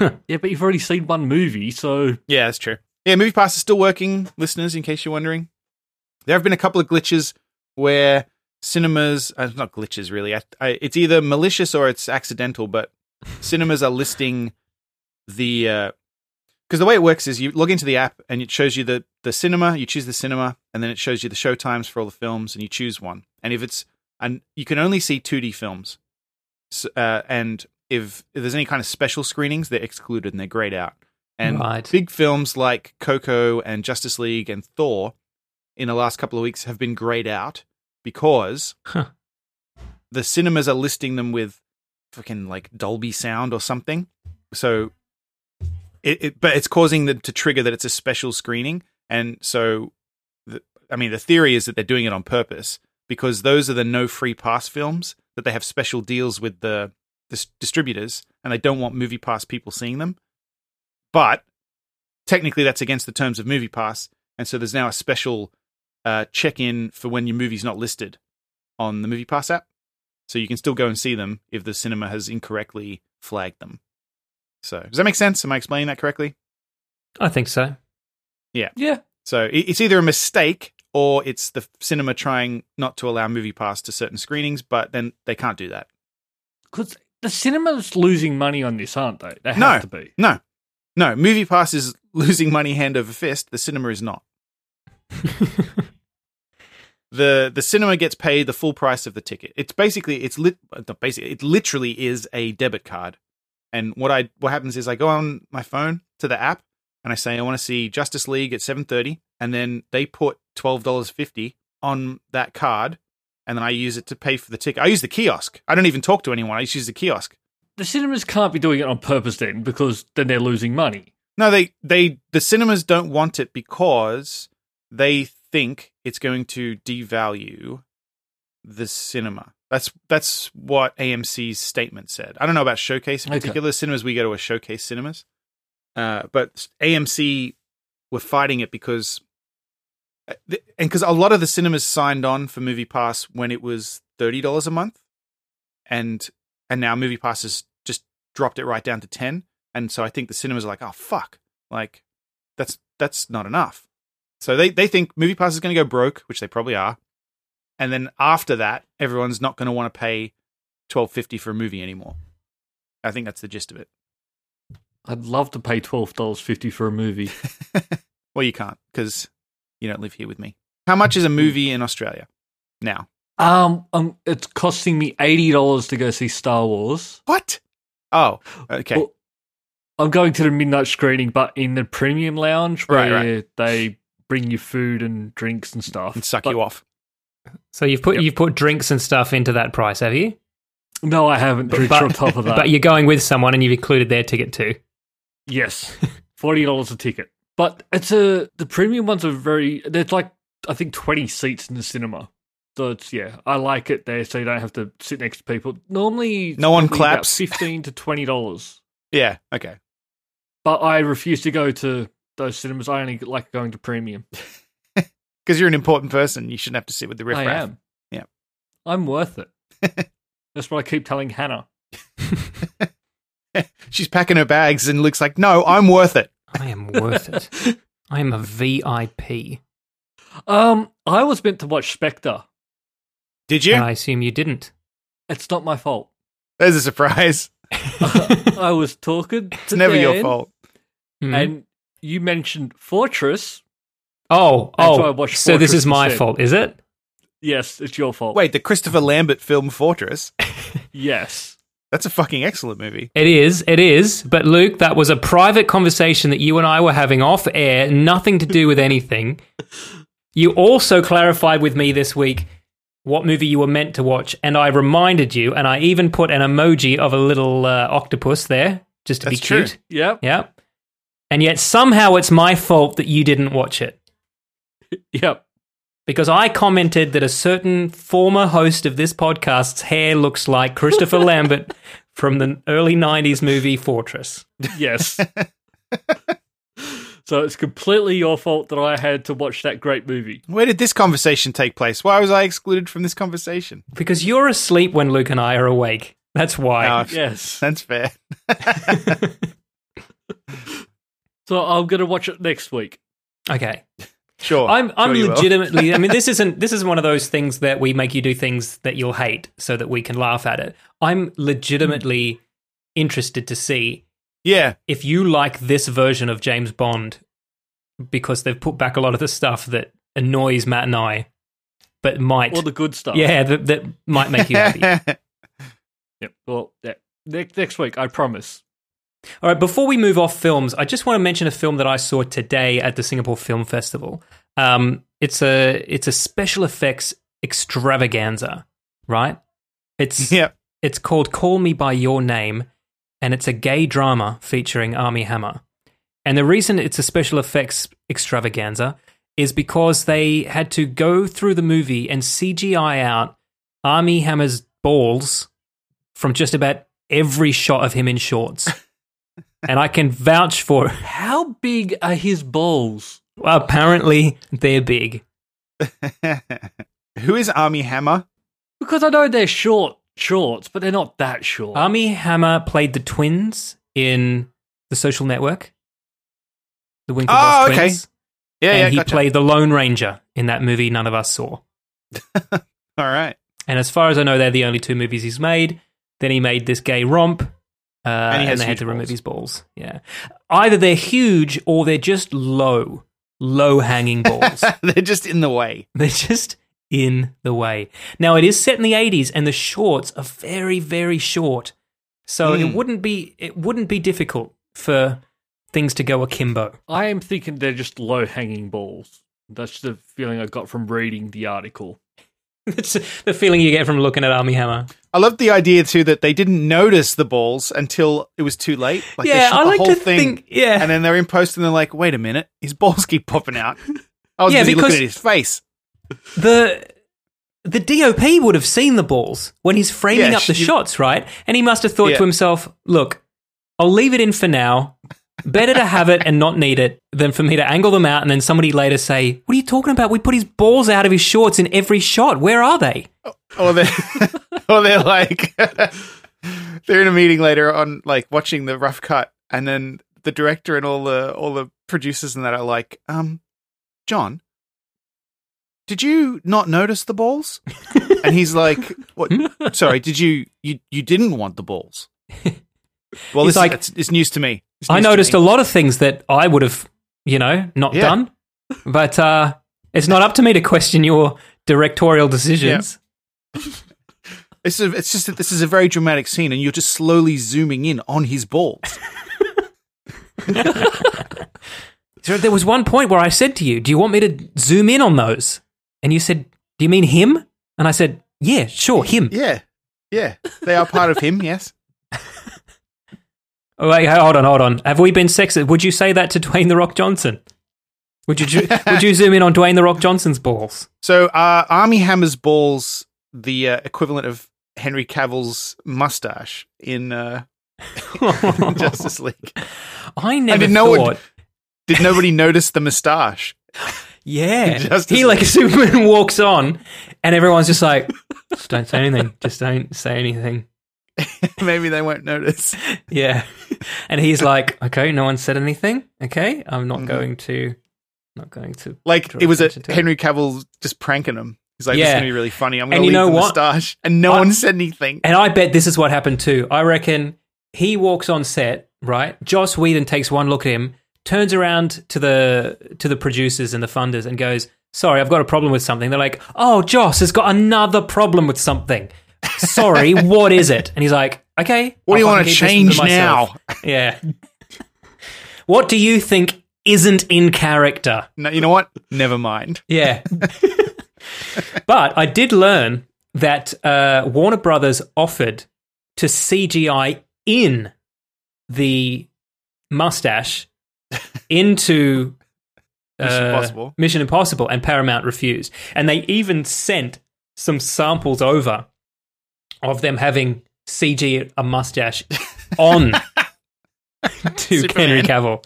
Speaker 1: Yeah, but you've already seen one movie, so
Speaker 3: Yeah, that's true. Yeah, Movie Pass is still working, listeners, in case you're wondering. There have been a couple of glitches where cinemas, uh, not glitches really, I, I, it's either malicious or it's accidental, but cinemas are listing the. Because the way it works is you log into the app and it shows you the, the cinema, you choose the cinema, and then it shows you the show times for all the films, and you choose one. And if it's. And you can only see 2D films. So, uh, and if, if there's any kind of special screenings, they're excluded and they're grayed out. And
Speaker 4: Right.
Speaker 3: big films like Coco and Justice League and Thor in the last couple of weeks have been grayed out because
Speaker 4: Huh.
Speaker 3: the cinemas are listing them with fucking like Dolby sound or something. So it, it but it's causing them to trigger that it's a special screening. And so, the, I mean, the theory is that they're doing it on purpose because those are the no free pass films that they have special deals with the, the s- distributors and they don't want movie pass people seeing them. But technically, that's against the terms of movie pass. And so there's now a special uh, check in for when your movie's not listed on the movie pass app. So you can still go and see them if the cinema has incorrectly flagged them. So does that make sense? Am I explaining that correctly?
Speaker 4: I think so.
Speaker 1: yeah.
Speaker 3: So i- it's either a mistake or it's the cinema trying not to allow movie pass to certain screenings, but then they can't do that.
Speaker 1: Because the cinema's losing money on this, aren't they? They have
Speaker 3: No.
Speaker 1: to be.
Speaker 3: No, no, movie pass is losing money hand over fist. The cinema is not. the The cinema gets paid the full price of the ticket. It's basically it's lit. Not basically, it literally is a debit card. And what I what happens is I go on my phone to the app and I say I want to see Justice League at seven thirty, and then they put twelve dollars fifty on that card, and then I use it to pay for the ticket. I use the kiosk. I don't even talk to anyone. I just use the kiosk.
Speaker 1: The cinemas can't be doing it on purpose then, because then they're losing money.
Speaker 3: No, they they the cinemas don't want it because they think it's going to devalue the cinema. That's that's what AMC's statement said. I don't know about Showcase in
Speaker 1: Okay.
Speaker 3: particular. Cinemas we go to are Showcase cinemas, uh, but AMC were fighting it because uh, and because a lot of the cinemas signed on for Movie Pass when it was thirty dollars a month, and and now Movie Pass has just dropped it right down to ten, and so I think the cinemas are like, oh fuck, like that's that's not enough. So they they think Movie Pass is going to go broke, which they probably are, and then after that, everyone's not going to want to pay twelve fifty for a movie anymore. I think that's the gist of it.
Speaker 1: I'd love to pay twelve dollars fifty for a movie.
Speaker 3: Well, you can't because you don't live here with me. How much is a movie in Australia now?
Speaker 1: Um, um it's costing me eighty dollars to go see Star Wars.
Speaker 3: What? Oh, okay.
Speaker 1: Well, I'm going to the midnight screening, but in the premium lounge where
Speaker 3: Right, right.
Speaker 1: they bring you food and drinks and stuff
Speaker 3: and suck
Speaker 1: But-
Speaker 3: you off.
Speaker 4: So you've put you've put drinks and stuff into that price, have you?
Speaker 1: No, I haven't. Drinks
Speaker 4: but-
Speaker 1: on top of that.
Speaker 4: But you're going with someone and you've included their ticket too.
Speaker 1: Yes, forty dollars a ticket. But it's a the premium ones are very. There's like I think twenty seats in the cinema. So it's yeah, I like it there, so you don't have to sit next to people. Normally, it's
Speaker 3: No one
Speaker 1: probably about
Speaker 3: claps.
Speaker 1: Fifteen to twenty dollars.
Speaker 3: Yeah. Okay.
Speaker 1: But I refuse to go to those cinemas. I only like going to premium.
Speaker 3: Because you're an important person, you shouldn't have to sit with the riffraff.
Speaker 1: I am.
Speaker 3: Yeah.
Speaker 1: I'm worth it. That's what I keep telling Hannah.
Speaker 3: She's packing her bags and looks like, no, I'm worth it.
Speaker 4: I am worth it. I am a VIP.
Speaker 1: Um, I was meant to watch Spectre.
Speaker 3: Did you?
Speaker 4: And I assume you didn't.
Speaker 1: It's not my fault.
Speaker 3: There's a surprise.
Speaker 1: I was talking.
Speaker 3: It's never your
Speaker 1: Dan,
Speaker 3: fault.
Speaker 4: Hmm.
Speaker 1: And you mentioned Fortress.
Speaker 4: oh,
Speaker 1: That's why I
Speaker 4: oh,
Speaker 1: watched
Speaker 4: so this
Speaker 1: Fortress
Speaker 4: is my
Speaker 1: instead.
Speaker 4: fault, is it?
Speaker 1: Yes, it's your fault.
Speaker 3: Wait, the Christopher Lambert film Fortress?
Speaker 1: Yes.
Speaker 3: That's a fucking excellent movie.
Speaker 4: It is, it is. But Luke, that was a private conversation that you and I were having off air, nothing to do with anything. You also clarified with me this week what movie you were meant to watch, and I reminded you, and I even put an emoji of a little uh, octopus there just to
Speaker 3: That's
Speaker 4: be
Speaker 3: true.
Speaker 4: cute.
Speaker 1: Yep.
Speaker 4: Yeah. And yet somehow it's my fault that you didn't watch it
Speaker 1: Yep.
Speaker 4: because I commented that a certain former host of this podcast's hair looks like Christopher Lambert from the early 90s movie Fortress.
Speaker 1: Yes. so it's completely your fault that I had to watch that great movie.
Speaker 3: Where did this conversation take place? Why was I excluded from this conversation?
Speaker 4: Because you're asleep when Luke and I are awake. That's why.
Speaker 3: No,
Speaker 1: Yes.
Speaker 3: Oh, That's fair.
Speaker 1: So I'm going to watch it next week.
Speaker 4: okay.
Speaker 3: Sure.
Speaker 4: I'm I'm
Speaker 3: Sure you will.
Speaker 4: legitimately I mean this isn't this is one of those things that we make you do things that you'll hate so that we can laugh at it. I'm legitimately interested to see
Speaker 3: Yeah.
Speaker 4: if you like this version of James Bond, because they've put back a lot of the stuff that annoys Matt and I, but might,
Speaker 1: All the good stuff.
Speaker 4: yeah, that, that might make you happy.
Speaker 1: Yep. Well, yeah. Ne- next week, I promise.
Speaker 4: All right, before we move off films, I just want to mention a film that I saw today at the Singapore Film Festival. Um, it's a it's a special effects extravaganza, right? It's
Speaker 3: yeah.
Speaker 4: It's called Call Me By Your Name, and it's a gay drama featuring Army Hammer. And the reason it's a special effects extravaganza is because they had to go through the movie and CGI out Army Hammer's balls from just about every shot of him in shorts. and I can vouch for
Speaker 1: How big are his balls?
Speaker 4: apparently they're big.
Speaker 3: Who is Army Hammer?
Speaker 1: Because I know they're short shorts, but they're not that short.
Speaker 4: Army Hammer played the twins in The Social Network. The Winklevoss
Speaker 3: Oh, okay.
Speaker 4: twins.
Speaker 3: Yeah,
Speaker 4: and
Speaker 3: yeah,
Speaker 4: he
Speaker 3: gotcha.
Speaker 4: played the Lone Ranger in that movie none of us saw.
Speaker 3: All right.
Speaker 4: And as far as I know, they're the only two movies he's made. Then he made this gay romp, uh, and,
Speaker 3: he has
Speaker 4: they
Speaker 3: huge
Speaker 4: had to remove
Speaker 3: balls.
Speaker 4: his balls. Yeah, either they're huge or they're just low, low hanging balls.
Speaker 3: They're just in the way.
Speaker 4: they're just in the way. Now it is set in the '80s, and the shorts are very, very short, so
Speaker 3: Hmm.
Speaker 4: it wouldn't be it wouldn't be difficult for things to go akimbo.
Speaker 1: I am thinking they're just low hanging balls. That's the feeling I got from reading the article.
Speaker 4: That's the feeling you get from looking at Army Hammer.
Speaker 3: I love the idea too that they didn't notice the balls until it was too late. Like they
Speaker 4: Yeah,
Speaker 3: shot
Speaker 4: I
Speaker 3: the
Speaker 4: like
Speaker 3: whole
Speaker 4: to
Speaker 3: thing,
Speaker 4: think- yeah.
Speaker 3: and then they're in post and they're like, "Wait a minute, his balls keep popping out." Oh, I was
Speaker 4: Yeah,
Speaker 3: busy
Speaker 4: because-
Speaker 3: looking at his face.
Speaker 4: the the DOP would have seen the balls when he's framing
Speaker 3: Yeah,
Speaker 4: up the
Speaker 3: she-
Speaker 4: shots, right? And he must have thought
Speaker 3: Yeah.
Speaker 4: to himself, "Look, I'll leave it in for now. Better to have it and not need it than for me to angle them out and then somebody later say, "What are you talking about? We put his balls out of his shorts in every shot. Where are they?"
Speaker 3: Or they're, or they're like, they're in a meeting later on, like watching the rough cut, and then the director and all the all the producers and that are like, "Um, John, did you not notice the balls?" and he's like, "What? Sorry, did you you you didn't want the balls?" Well,
Speaker 4: He's
Speaker 3: this
Speaker 4: like-
Speaker 3: like, it's, it's news to me. It's
Speaker 4: I
Speaker 3: news to
Speaker 4: noticed
Speaker 3: me.
Speaker 4: a lot of things that I would have, you know, not
Speaker 3: Yeah.
Speaker 4: done. But uh, it's not up to me to question your directorial decisions.
Speaker 3: It's, a, it's just that this is a very dramatic scene, and you're just slowly zooming in on his balls.
Speaker 4: So there was one point where I said to you, "Do you want me to zoom in on those?" And you said, "Do you mean him?" And I said, "Yeah, sure, him."
Speaker 3: yeah, yeah, they are part of him. Yes.
Speaker 4: Oh, Wait, hold on, hold on. Have we been sexist? Would you say that to Dwayne the Rock Johnson? Would you ju- would you zoom in on Dwayne the Rock Johnson's balls?
Speaker 3: So, uh, Army Hammer's balls, the uh, equivalent of Henry Cavill's mustache in uh, Justice League.
Speaker 4: I never
Speaker 3: didn't know it-
Speaker 4: thought.
Speaker 3: Did nobody notice the mustache?
Speaker 4: Yeah,
Speaker 3: Justice
Speaker 4: he like a Superman walks on, and everyone's just like, just don't say anything, just don't say anything.
Speaker 3: Maybe they won't notice.
Speaker 4: Yeah, and he's like, okay, no one said anything. Okay, I'm
Speaker 3: Mm-hmm.
Speaker 4: not going to, not going to.
Speaker 3: Like
Speaker 4: Draw
Speaker 3: it was a
Speaker 4: attention to it.
Speaker 3: Henry Cavill just pranking him. He's like, "This
Speaker 4: Yeah.
Speaker 3: is gonna be really funny. I'm gonna
Speaker 4: you
Speaker 3: leave
Speaker 4: know
Speaker 3: the
Speaker 4: what?
Speaker 3: mustache," and no
Speaker 4: I-
Speaker 3: one said anything.
Speaker 4: And I bet this is what happened too. I reckon he walks on set, right? Joss Whedon takes one look at him, turns around to the to the producers and the funders and goes, "Sorry, I've got a problem with something." They're like, "Oh, Joss has got another problem with something." Sorry, what is it? And he's like, "Okay,
Speaker 3: What do you
Speaker 4: I'll
Speaker 3: wanna
Speaker 4: fucking keep this
Speaker 3: change
Speaker 4: to myself." yeah. what do you think isn't in character?
Speaker 3: No, you know what? Never mind.
Speaker 4: Yeah. but I did learn that uh, Warner Brothers offered to CGI in the mustache into
Speaker 3: Mission
Speaker 4: uh,
Speaker 3: Impossible.
Speaker 4: Mission Impossible, and Paramount refused. And they even sent some samples over of them having CG a mustache on to Henry
Speaker 3: Superman.
Speaker 4: Cavill.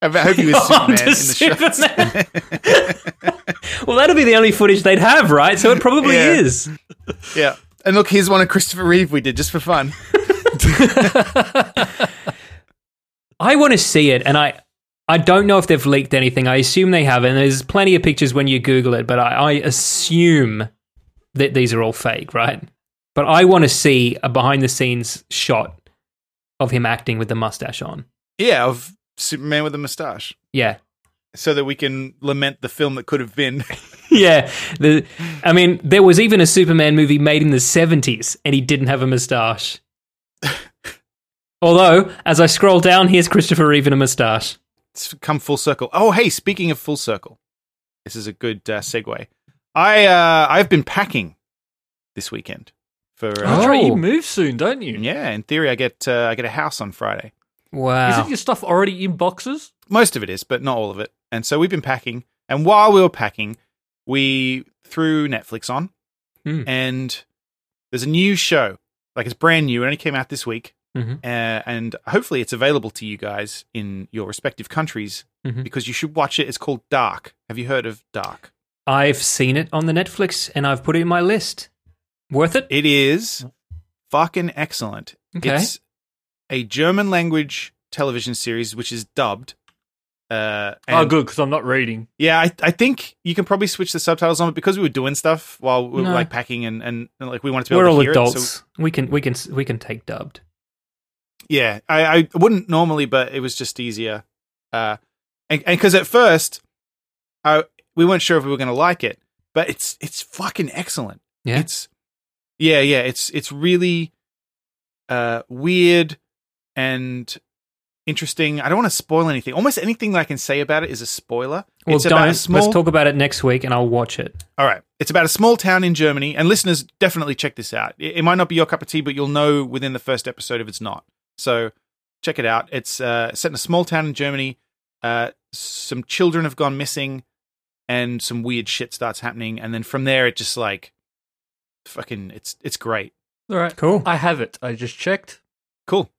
Speaker 3: I hope he was Superman
Speaker 4: onto
Speaker 3: in the shot.
Speaker 4: Superman. well, that'll be the only footage they'd have, right? So it probably
Speaker 3: Yeah.
Speaker 4: is.
Speaker 3: Yeah. And look, here's one of Christopher Reeve we did just for fun.
Speaker 4: I want to see it, and I, I don't know if they've leaked anything. I assume they have, and there's plenty of pictures when you Google it, but I, I assume that these are all fake, right? But I want to see a behind the scenes shot of him acting with the mustache on.
Speaker 3: Yeah, of Superman with a mustache,
Speaker 4: Yeah.
Speaker 3: so that we can lament the film that could have been.
Speaker 4: yeah. The, I mean, there was even a Superman movie made in the 70s and he didn't have a moustache. Although, as I scroll down, here's Christopher Reeve in a moustache.
Speaker 3: It's come full circle. Oh, hey, speaking of full circle, this is a good uh, segue. I uh, I've been packing this weekend for
Speaker 1: That's
Speaker 3: uh,
Speaker 1: right,
Speaker 4: Oh.
Speaker 1: you move soon, don't you?
Speaker 3: yeah. In theory, I get uh, I get a house on Friday.
Speaker 4: Wow.
Speaker 1: Isn't your stuff already in boxes?
Speaker 3: most of it is, but not all of it. And so we've been packing, and while we were packing, we threw Netflix on,
Speaker 4: Mm.
Speaker 3: and there's a new show, like it's brand new, it only came out this week,
Speaker 4: Mhm.
Speaker 3: uh, and hopefully it's available to you guys in your respective countries
Speaker 4: Mhm.
Speaker 3: because you should watch it. It's called Dark. Have you heard of Dark?
Speaker 4: I've seen it on the Netflix and I've put it in my list. Worth it?
Speaker 3: It is fucking excellent.
Speaker 4: Okay.
Speaker 3: It's a German language television series which is dubbed. Uh,
Speaker 1: oh,
Speaker 3: and-
Speaker 1: good, because I'm not reading.
Speaker 3: Yeah, I, I think you can probably switch the subtitles on, but because we were doing stuff while we were
Speaker 4: No.
Speaker 3: like packing and, and, and, like we wanted to be
Speaker 4: We're
Speaker 3: able to
Speaker 4: all
Speaker 3: hear it.
Speaker 4: adults.
Speaker 3: So,
Speaker 4: we can we can we can take dubbed.
Speaker 3: yeah, I, I wouldn't normally, but it was just easier. Uh, and because at first, I, we weren't sure if we were going to like it, but it's it's fucking excellent.
Speaker 4: Yeah.
Speaker 3: It's yeah, yeah. It's it's really uh, weird and interesting. I don't want to spoil anything. Almost anything that I can say about it is a spoiler.
Speaker 4: Well,
Speaker 3: it's about a
Speaker 4: don't.
Speaker 3: small.
Speaker 4: Let's talk about it next week and I'll watch it.
Speaker 3: All right. It's about a small town in Germany, and listeners definitely check this out. It, it might not be your cup of tea, but you'll know within the first episode if it's not. So check it out. It's uh, set in a small town in Germany. Uh, some children have gone missing, and some weird shit starts happening. And then from there, it just like fucking it's it's great.
Speaker 1: All right,
Speaker 4: Cool.
Speaker 1: I have it. I just checked.
Speaker 3: Cool.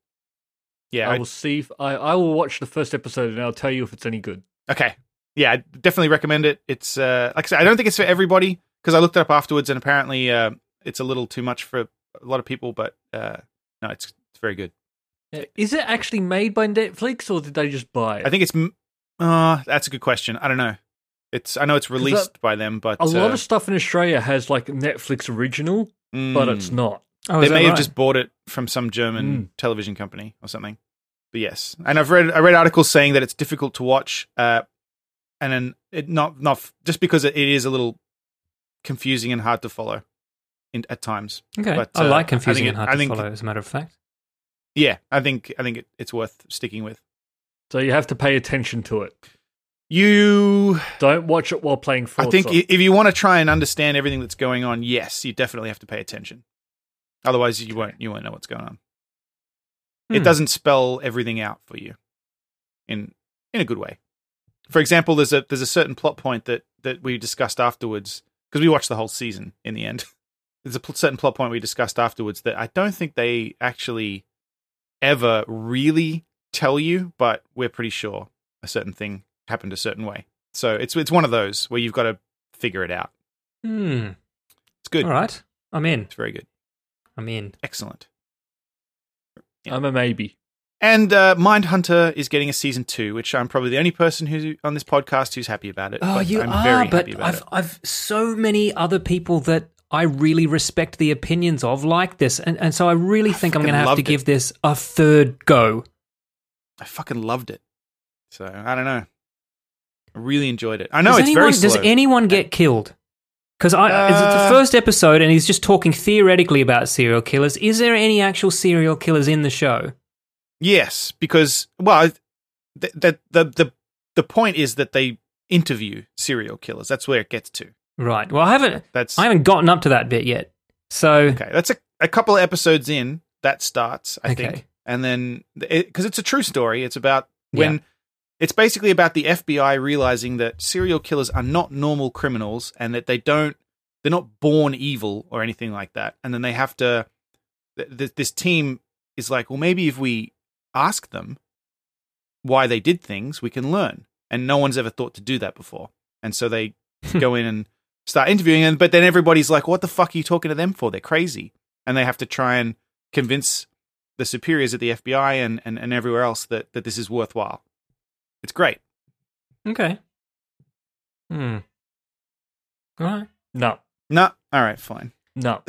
Speaker 3: Yeah.
Speaker 1: I
Speaker 3: I-
Speaker 1: will see. If, I I will watch the first episode and I'll tell you if it's any good.
Speaker 3: okay. Yeah, I definitely recommend it. It's uh, like I said, I don't think it's for everybody because I looked it up afterwards, and apparently uh, it's a little too much for a lot of people. But uh, no, it's it's very good.
Speaker 1: Is it actually made by Netflix or did they just buy it?
Speaker 3: I think it's. m- Uh, that's a good question. I don't know. It's. I know it's released by them, but
Speaker 1: uh, a lot
Speaker 3: uh,
Speaker 1: of stuff in Australia has like Netflix original, but
Speaker 3: mm,
Speaker 1: it's not.
Speaker 4: Oh,
Speaker 3: they
Speaker 4: is
Speaker 3: may have
Speaker 4: that right? Hmm.
Speaker 3: just bought it from some German television company or something. But yes, and I've read I read articles saying that it's difficult to watch, uh, and then it not not f- just because it, it is a little confusing and hard to follow, in, at times.
Speaker 4: okay.
Speaker 3: but,
Speaker 4: I
Speaker 3: uh, I
Speaker 4: like
Speaker 3: think
Speaker 4: confusing
Speaker 3: it-
Speaker 4: and hard
Speaker 3: I
Speaker 4: to
Speaker 3: think-
Speaker 4: follow. As a matter of fact,
Speaker 3: Yeah, I think I think it, it's worth sticking with.
Speaker 1: So you have to pay attention to it.
Speaker 3: You,
Speaker 1: Don't watch it while playing Forza.
Speaker 3: I think, i if you want to try and understand everything that's going on, yes, you definitely have to pay attention. Otherwise, you won't you won't know what's going on. It
Speaker 4: Hmm.
Speaker 3: doesn't spell everything out for you in in a good way. For example, there's a there's a certain plot point that that we discussed afterwards because we watched the whole season in the end. There's a pl- certain plot point we discussed afterwards that I don't think they actually ever really tell you, but we're pretty sure a certain thing happened a certain way. So it's it's one of those where you've got to figure it out.
Speaker 4: Hmm.
Speaker 3: It's good.
Speaker 4: All right. I'm in.
Speaker 3: It's very good.
Speaker 4: I'm in.
Speaker 3: Excellent.
Speaker 1: I'm a maybe.
Speaker 3: And uh, Mindhunter is getting a season two, which I'm probably the only person who on this podcast who's happy about it.
Speaker 4: Oh,
Speaker 3: but
Speaker 4: you
Speaker 3: I'm
Speaker 4: are,
Speaker 3: very
Speaker 4: but
Speaker 3: happy about
Speaker 4: I've
Speaker 3: it.
Speaker 4: I've so many other people that I really respect the opinions of like this, and and so I really think I'm
Speaker 3: fucking
Speaker 4: going to have
Speaker 3: loved
Speaker 4: to
Speaker 3: it.
Speaker 4: give this a third go.
Speaker 3: I fucking loved it. So I don't know. I really enjoyed it. I know
Speaker 4: does
Speaker 3: it's
Speaker 4: anyone,
Speaker 3: very slow.
Speaker 4: Does anyone get killed? Because I it's the
Speaker 3: Uh,
Speaker 4: first episode, and he's just talking theoretically about serial killers. Is there any actual serial killers in the show?
Speaker 3: yes, because well, the, the the the the point is that they interview serial killers. That's where it gets to.
Speaker 4: Right. Well, I haven't.
Speaker 3: That's
Speaker 4: I haven't gotten up to that bit yet. So
Speaker 3: okay. That's a a couple of episodes in that starts, I
Speaker 4: Okay.
Speaker 3: think, and then because it's a true story, it's about when it's basically about the FBI realizing that serial killers are not normal criminals and that they don't they're not born evil or anything like that, and then they have to. th- Th- this team is like, well, maybe if we ask them why they did things, we can learn, and no one's ever thought to do that before, and so they go in and start interviewing them. But then everybody's like, "What the fuck are you talking to them for? They're crazy," and they have to try and convince the superiors at the FBI and and, and everywhere else that that this is worthwhile. It's great.
Speaker 4: okay. Hmm. All right.
Speaker 1: No,
Speaker 3: No, all right, fine.
Speaker 1: no.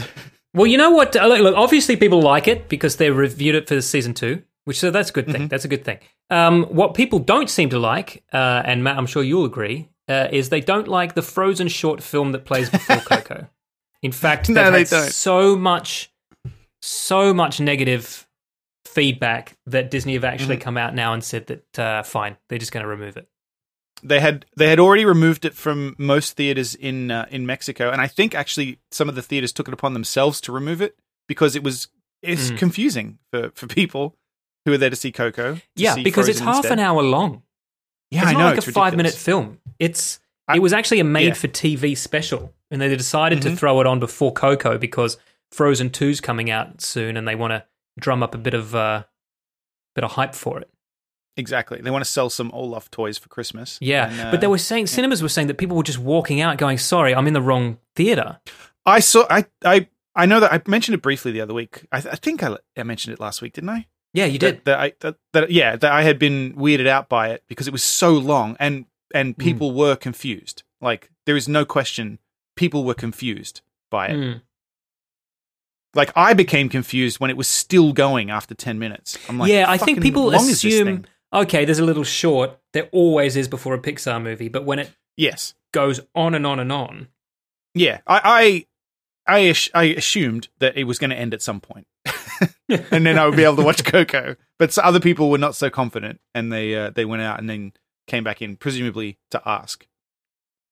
Speaker 4: Well, you know what? uh, Look, look, obviously people like it because they reviewed it for season two, which so that's a good thing.
Speaker 3: Mm-hmm.
Speaker 4: That's a good thing. Um, what people don't seem to like, uh, and Matt, I'm sure you'll agree, uh, is they don't like the Frozen short film that plays before Coco. In fact,
Speaker 3: No,
Speaker 4: they've had
Speaker 3: they don't.
Speaker 4: so much, so much negative feedback that Disney have actually
Speaker 3: Mm-hmm.
Speaker 4: come out now and said that uh, fine, they're just going to remove it.
Speaker 3: They had they had already removed it from most theaters in uh, in Mexico, and I think actually some of the theaters took it upon themselves to remove it because it was it's
Speaker 4: Mm.
Speaker 3: confusing for for people who are there to see Coco. to
Speaker 4: yeah,
Speaker 3: see
Speaker 4: because it's
Speaker 3: Frozen
Speaker 4: half
Speaker 3: instead.
Speaker 4: an hour long.
Speaker 3: Yeah,
Speaker 4: it's
Speaker 3: I
Speaker 4: not
Speaker 3: know.
Speaker 4: like
Speaker 3: it's
Speaker 4: a five minute
Speaker 3: ridiculous.
Speaker 4: film. It's
Speaker 3: I-
Speaker 4: it was actually a made
Speaker 3: yeah. Mm-hmm.
Speaker 4: for TV special, and they decided to throw it on before Coco because Frozen 2's coming out soon, and they want to drum up a bit of uh, bit of hype for it.
Speaker 3: Exactly. They want to sell some Olaf toys for Christmas.
Speaker 4: Yeah,
Speaker 3: And, uh,
Speaker 4: but they were saying cinemas were saying that people were just walking out, going, "Sorry, I'm in the wrong theater."
Speaker 3: I saw. I. I. I know that I mentioned it briefly the other week. I, th- I think I, I mentioned it last week, didn't I?
Speaker 4: Yeah, you
Speaker 3: That,
Speaker 4: did.
Speaker 3: that I. That, that yeah. That I had been weirded out by it because it was so long and
Speaker 4: Mm.
Speaker 3: and people were confused. Like there is no question, people were confused by it.
Speaker 4: Mm.
Speaker 3: Like I became confused when it was still going after ten minutes. I'm like,
Speaker 4: yeah, I think
Speaker 3: "Fucking
Speaker 4: people
Speaker 3: long is this
Speaker 4: assume,
Speaker 3: thing?"
Speaker 4: okay, there's a little short. There always is before a Pixar movie, but when it
Speaker 3: Yes.
Speaker 4: goes on and on and on,
Speaker 3: Yeah, I I I, ass- I assumed that it was going to end at some point, and then I would be able to watch Coco. But so other people were not so confident, and they uh, they went out and then came back in, presumably to ask.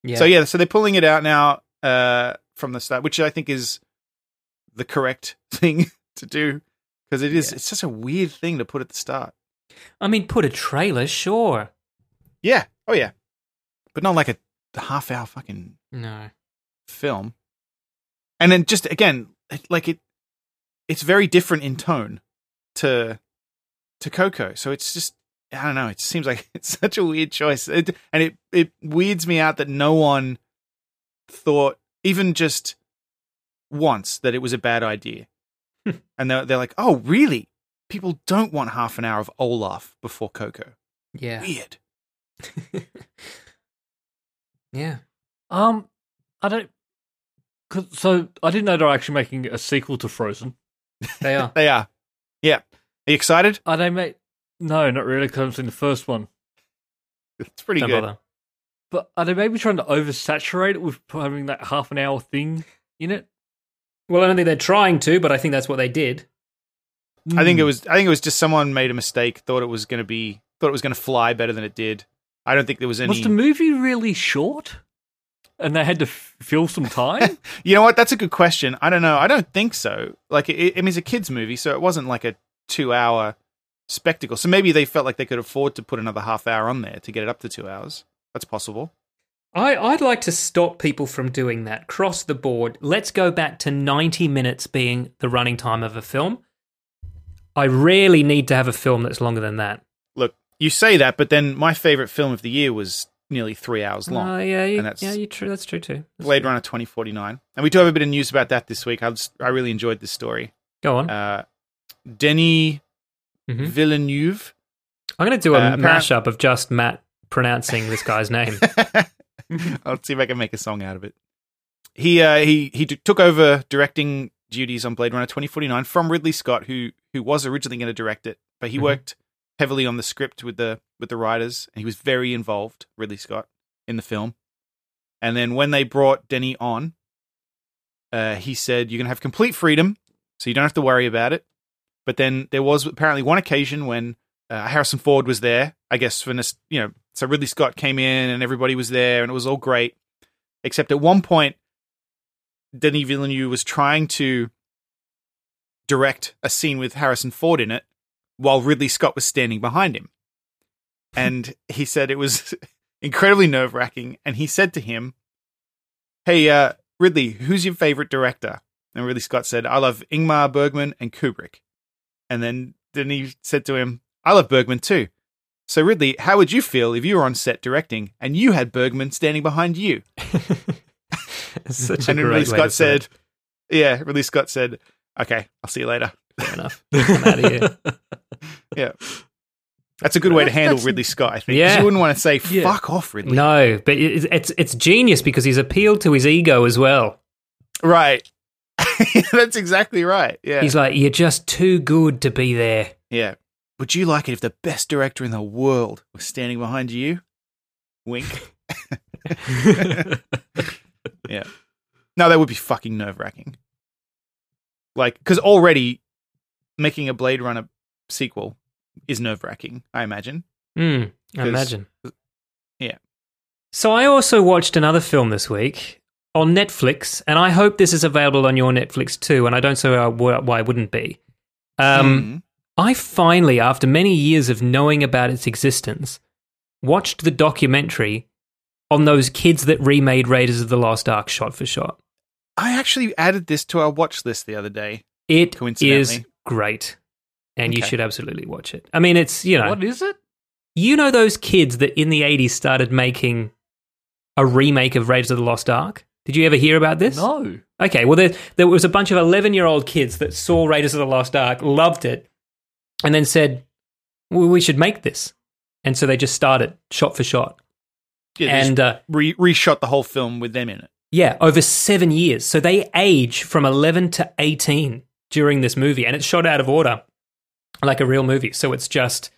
Speaker 4: yeah,
Speaker 3: So yeah, so they're pulling it out now uh, from the start, which I think is the correct thing to do because it is
Speaker 4: Yeah.
Speaker 3: it's such a weird thing to put at the start.
Speaker 4: I mean, put a trailer, sure.
Speaker 3: Yeah, oh yeah, but not like a half hour fucking
Speaker 4: No.
Speaker 3: film. And then just again, it- like it it's very different in tone to to Coco. So it's just I don't know, it seems like it's such a weird choice. It, and it it weirds me out that no one thought even just once that it was a bad idea. and they're, they're like, "Oh, really? People don't want half an hour of Olaf before Coco."
Speaker 4: Yeah.
Speaker 3: Weird.
Speaker 4: Yeah.
Speaker 1: Um, I don't. Cause, so I didn't know they were actually making a sequel to Frozen.
Speaker 4: They are.
Speaker 3: They are. Yeah. Are you excited?
Speaker 1: Are they made? No, not really. Because I've seen the first one.
Speaker 3: It's pretty
Speaker 4: Don't
Speaker 3: good.
Speaker 4: bother.
Speaker 1: But are they maybe trying to oversaturate it with having that half an hour thing in it?
Speaker 4: Well, I don't think they're trying to, but I think that's what they did.
Speaker 3: I
Speaker 4: Hmm.
Speaker 3: think it was. I think it was just someone made a mistake. Thought it was going to be. Thought it was going to fly better than it did. I don't think there was any.
Speaker 1: Hmm. Was the movie really short? And they had to f- fill some time?
Speaker 3: You know what? That's a good question. I don't know. I don't think so. Like, it, I mean, it's a kids' movie, so it wasn't like a two-hour spectacle. So maybe they felt like they could afford to put another half hour on there to get it up to two hours. That's possible.
Speaker 4: I, I'd like to stop people from doing that cross the board. Let's go back to 90 minutes being the running time of a film. I rarely need to have a film that's longer than that.
Speaker 3: Look, you say that, but then my favorite film of the year was nearly three hours long.
Speaker 4: Oh, yeah, you,
Speaker 3: and that's
Speaker 4: yeah, you true. That's true too. That's
Speaker 3: Blade
Speaker 4: true.
Speaker 3: Runner twenty forty nine. And we do have a bit of news about that this week. I just, I really enjoyed this story.
Speaker 4: Go on.
Speaker 3: Uh, Denny Mm-hmm.
Speaker 4: Mhm.
Speaker 3: Villeneuve.
Speaker 4: I'm going to do a
Speaker 3: uh, apparent-
Speaker 4: mashup of just Matt pronouncing this guy's name.
Speaker 3: I'll see if I can make a song out of it. He uh, he he d- took over directing duties on Blade Runner 2049 from Ridley Scott, who who was originally going to direct it, but he
Speaker 4: Mhm.
Speaker 3: worked heavily on the script with the with the writers, and he was very involved, Ridley Scott, in the film. And then when they brought Denny on, uh, he said, "You're going to have complete freedom, so you don't have to worry about it." But then there was apparently one occasion when uh, Harrison Ford was there, I guess, for this, you know, so Ridley Scott came in and everybody was there and it was all great. Except at one point, Denis Villeneuve was trying to direct a scene with Harrison Ford in it while Ridley Scott was standing behind him. And he said it was incredibly nerve wracking. And he said to him, Hey, uh, Ridley, who's your favorite director? And Ridley Scott said, I love Ingmar Bergman and Kubrick. And then Denis said to him, I love Bergman too. So, Ridley, how would you feel if you were on set directing and you had Bergman standing behind you?
Speaker 4: Such a
Speaker 3: And then Ridley
Speaker 4: great way to
Speaker 3: Scott
Speaker 4: put it.
Speaker 3: said, Yeah, Ridley Scott said, Okay, I'll see you later.
Speaker 4: Fair enough. I'm out of here.
Speaker 3: That's a good way to
Speaker 1: That's-
Speaker 3: handle
Speaker 1: that's-
Speaker 3: Ridley Scott, I think. 'cause
Speaker 4: Yeah.
Speaker 3: You wouldn't want to say,
Speaker 1: Yeah.
Speaker 3: Fuck off, Ridley.
Speaker 4: No, but it- it's it's genius because he's appealed to his ego as well.
Speaker 3: Right. That's exactly right. Yeah.
Speaker 4: He's like, you're just too good to be there.
Speaker 3: yeah. Would you like it if the best director in the world was standing behind you? Wink. yeah. No, that would be fucking nerve wracking. Like, because already making a Blade Runner sequel is nerve wracking, I imagine.
Speaker 4: Mm, I
Speaker 3: 'Cause-
Speaker 4: imagine.
Speaker 3: Hmm. yeah.
Speaker 4: So I also watched another film this week on Netflix, and I hope this is available on your Netflix too. And I don't see why- why it wouldn't be. Um,
Speaker 3: Hmm.
Speaker 4: I finally, after many years of knowing about its existence, watched the documentary on those kids that remade Raiders of the Lost Ark shot for shot.
Speaker 3: I actually added this to our watch list the other day.
Speaker 4: It is
Speaker 3: Coincidentally.
Speaker 4: great, and you
Speaker 3: Okay.
Speaker 4: should absolutely watch it. I mean, it's you know,
Speaker 1: What is it?
Speaker 4: you know those kids that in the '80s started making a remake of Raiders of the Lost Ark. Did you ever hear about this?
Speaker 1: No.
Speaker 4: Okay, well, there, there was a bunch of 11 year old kids that saw Raiders of the Lost Ark, loved it, and then said, well, we should make this. And so they just started shot for shot.
Speaker 3: Yeah, they just
Speaker 4: and uh,
Speaker 3: re- reshot the whole film with them in it.
Speaker 4: yeah, over seven years. So they age from 11 to 18 during this movie, and it's shot out of order like a real movie. So it's just.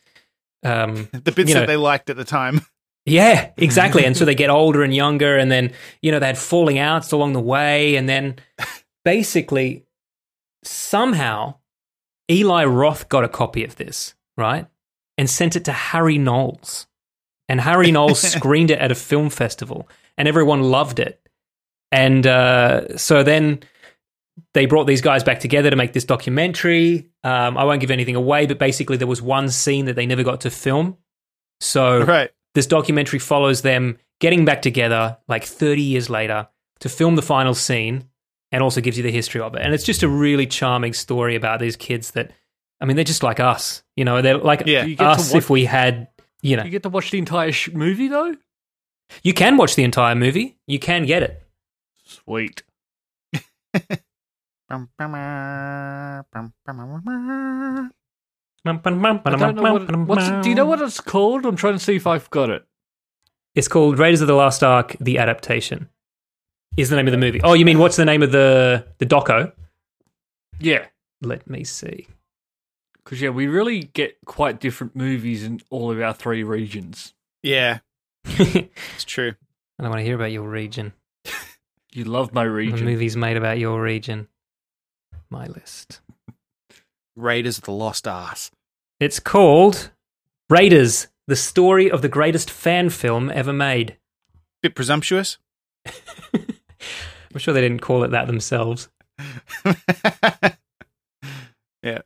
Speaker 4: Um,
Speaker 3: The bits
Speaker 4: you know,
Speaker 3: that they liked at the time.
Speaker 4: Yeah, exactly. and so they get older and younger, and then you know they had falling outs along the way, and then basically somehow Eli Roth got a copy of this, right, and sent it to Harry Knowles, and Harry Knowles screened it at a film festival, and everyone loved it, and uh, so then they brought these guys back together to make this documentary. Um, I won't give anything away, but basically there was one scene that they never got to film. So
Speaker 3: right.
Speaker 4: this documentary follows them getting back together like 30 years later to film the final scene and also gives you the history of it. And it's just a really charming story about these kids that, I mean, they're just like us. You know, they're like
Speaker 3: Yeah.
Speaker 1: You get to
Speaker 4: us
Speaker 1: watch-
Speaker 4: if we had, you know,
Speaker 1: You get to watch the entire sh- movie, though?
Speaker 4: you can watch the entire movie, you can get it.
Speaker 1: Sweet. I don't know what, what's, do you know what it's called? I'm trying to see if I've got it.
Speaker 4: It's called Raiders of the Lost Ark: The Adaptation. Is the name of the movie? Oh, you mean what's the name of the the doco?
Speaker 1: Yeah.
Speaker 4: Let me see.
Speaker 1: Because, yeah, we really get quite different movies in all of our three regions.
Speaker 3: Yeah,
Speaker 4: I
Speaker 3: it's true.
Speaker 4: don't want to hear about your region.
Speaker 1: You love my
Speaker 4: The
Speaker 1: region.
Speaker 4: movies made about your region. My list.
Speaker 3: Raiders of the Lost Ark.
Speaker 4: It's called Raiders: The Story of the Greatest Fan Film Ever Made.
Speaker 3: Bit presumptuous.
Speaker 4: I'm sure they didn't call it that themselves.
Speaker 3: yeah.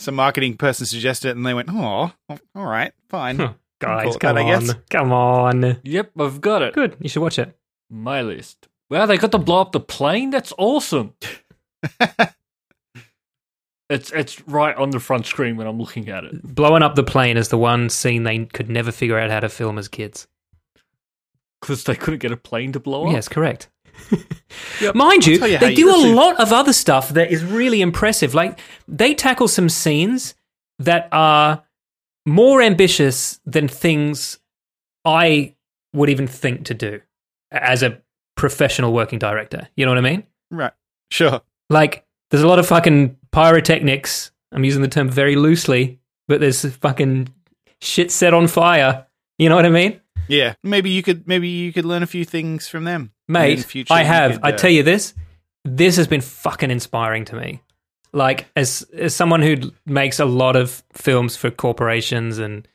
Speaker 3: Some marketing person suggested it, and they went, "Oh, all right, fine."
Speaker 4: Huh, Guys,
Speaker 3: Call it
Speaker 4: come
Speaker 3: that, I
Speaker 4: on,
Speaker 3: guess.
Speaker 4: come on.
Speaker 1: Yep, I've got it.
Speaker 4: Good. You should watch it.
Speaker 1: My list. Wow, they got to blow up the plane? That's awesome. it's it's right on the front screen when I'm looking at it.
Speaker 4: Blowing up the plane is the one scene they could never figure out how to film as kids.
Speaker 1: Because they couldn't get a plane to blow up.
Speaker 4: Yes, correct. Mind you,
Speaker 3: tell you how
Speaker 4: they
Speaker 3: you-
Speaker 4: do a
Speaker 3: let's do-
Speaker 4: lot of other stuff that is really impressive. Like they tackle some scenes that are more ambitious than things I would even think to do as a professional working director. You know what I mean?
Speaker 3: Right. Sure.
Speaker 4: Like there's a lot of fucking pyrotechnics. I'm using the term very loosely, but there's fucking shit set on fire. You know what I mean?
Speaker 3: Yeah. Maybe you could. Maybe you could learn a few things from them. And in
Speaker 4: Mate,
Speaker 3: future
Speaker 4: I
Speaker 3: you
Speaker 4: have.
Speaker 3: could,
Speaker 4: I
Speaker 3: uh,
Speaker 4: tell you this, this has been fucking inspiring to me. Like as as someone who makes a lot of films for corporations and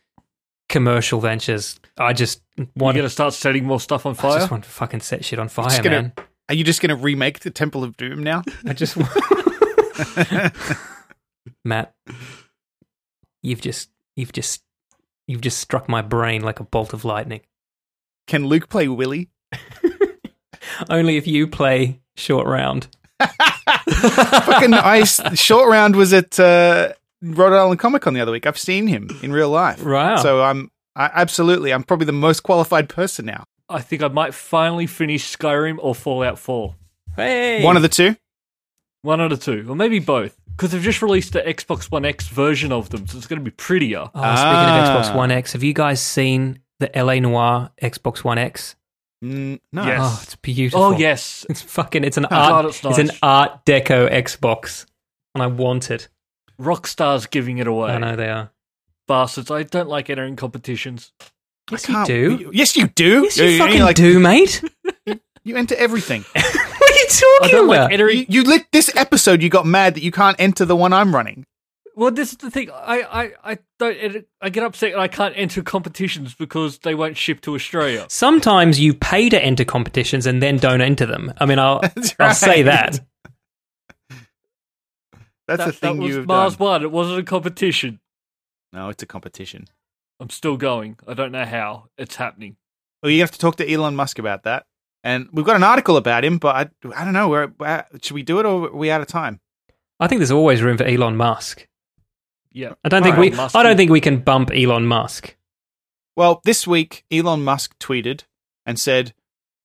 Speaker 4: commercial ventures, I just
Speaker 1: You're
Speaker 4: want
Speaker 1: going to start setting more stuff on
Speaker 4: I
Speaker 1: fire?
Speaker 4: just want to fucking set shit on fire,
Speaker 3: just gonna-
Speaker 4: man.
Speaker 3: Are you just going to remake the Temple of Doom now?
Speaker 4: I just Matt, you've just you've just you've just struck my brain like a bolt of lightning.
Speaker 3: Can Luke play Willy?
Speaker 4: Only if you play short round.
Speaker 3: Fucking ice. Short round was at uh, Rhode Island Comic Con the other week. I've seen him in real life.
Speaker 4: Wow.
Speaker 3: So I'm I, absolutely. I'm probably the most qualified person now.
Speaker 1: I think I might finally finish Skyrim or Fallout 4.
Speaker 4: Hey,
Speaker 3: One of the two.
Speaker 1: One out of two, or maybe both. Because they've just released the Xbox One X version of them, so it's going to be prettier.
Speaker 4: Oh, speaking
Speaker 3: Ah.
Speaker 4: of Xbox One X, have you guys seen the LA Noir Xbox One X?
Speaker 3: Mm, no.
Speaker 1: Yes.
Speaker 4: Oh, it's beautiful.
Speaker 1: Oh, yes.
Speaker 4: It's fucking it's an
Speaker 1: God,
Speaker 4: art
Speaker 1: it's nice.
Speaker 4: it's, an art deco Xbox. And I want it.
Speaker 1: Rockstar's giving it away.
Speaker 4: I know they are.
Speaker 1: Bastards. I don't like entering competitions.
Speaker 4: Yes,
Speaker 3: I
Speaker 4: you
Speaker 3: can't-
Speaker 4: do.
Speaker 3: Yes, you do.
Speaker 4: Yes, you,
Speaker 3: you
Speaker 4: fucking
Speaker 3: like,
Speaker 4: do, mate.
Speaker 3: You enter everything.
Speaker 4: what are you
Speaker 1: I
Speaker 4: talking
Speaker 1: don't
Speaker 4: about?
Speaker 1: like entering
Speaker 3: you, you lit this episode. You got mad that you can't enter the one I'm running.
Speaker 1: Well, this is the thing. I, I, I don't. Edit, I get upset and I can't enter competitions because they won't ship to Australia.
Speaker 4: Sometimes you pay to enter competitions and then don't enter them. I mean, I'll I'll say
Speaker 3: right.
Speaker 4: that.
Speaker 3: That's
Speaker 1: that,
Speaker 3: the thing
Speaker 1: that was
Speaker 3: you've
Speaker 1: Mars
Speaker 3: done.
Speaker 1: One. It wasn't a competition.
Speaker 3: No, it's a competition.
Speaker 1: I'm still going. I don't know how it's happening.
Speaker 3: Well, you have to talk to Elon Musk about that. And we've got an article about him, but I, I don't know. We're, we're- should we do it or are we out of time?
Speaker 4: I think there's always room for Elon Musk.
Speaker 1: Yeah,
Speaker 4: I don't think
Speaker 1: Alright,
Speaker 4: we
Speaker 1: must
Speaker 4: I
Speaker 1: be-
Speaker 4: don't think we can bump Elon Musk.
Speaker 3: Well, this week, Elon Musk tweeted and said,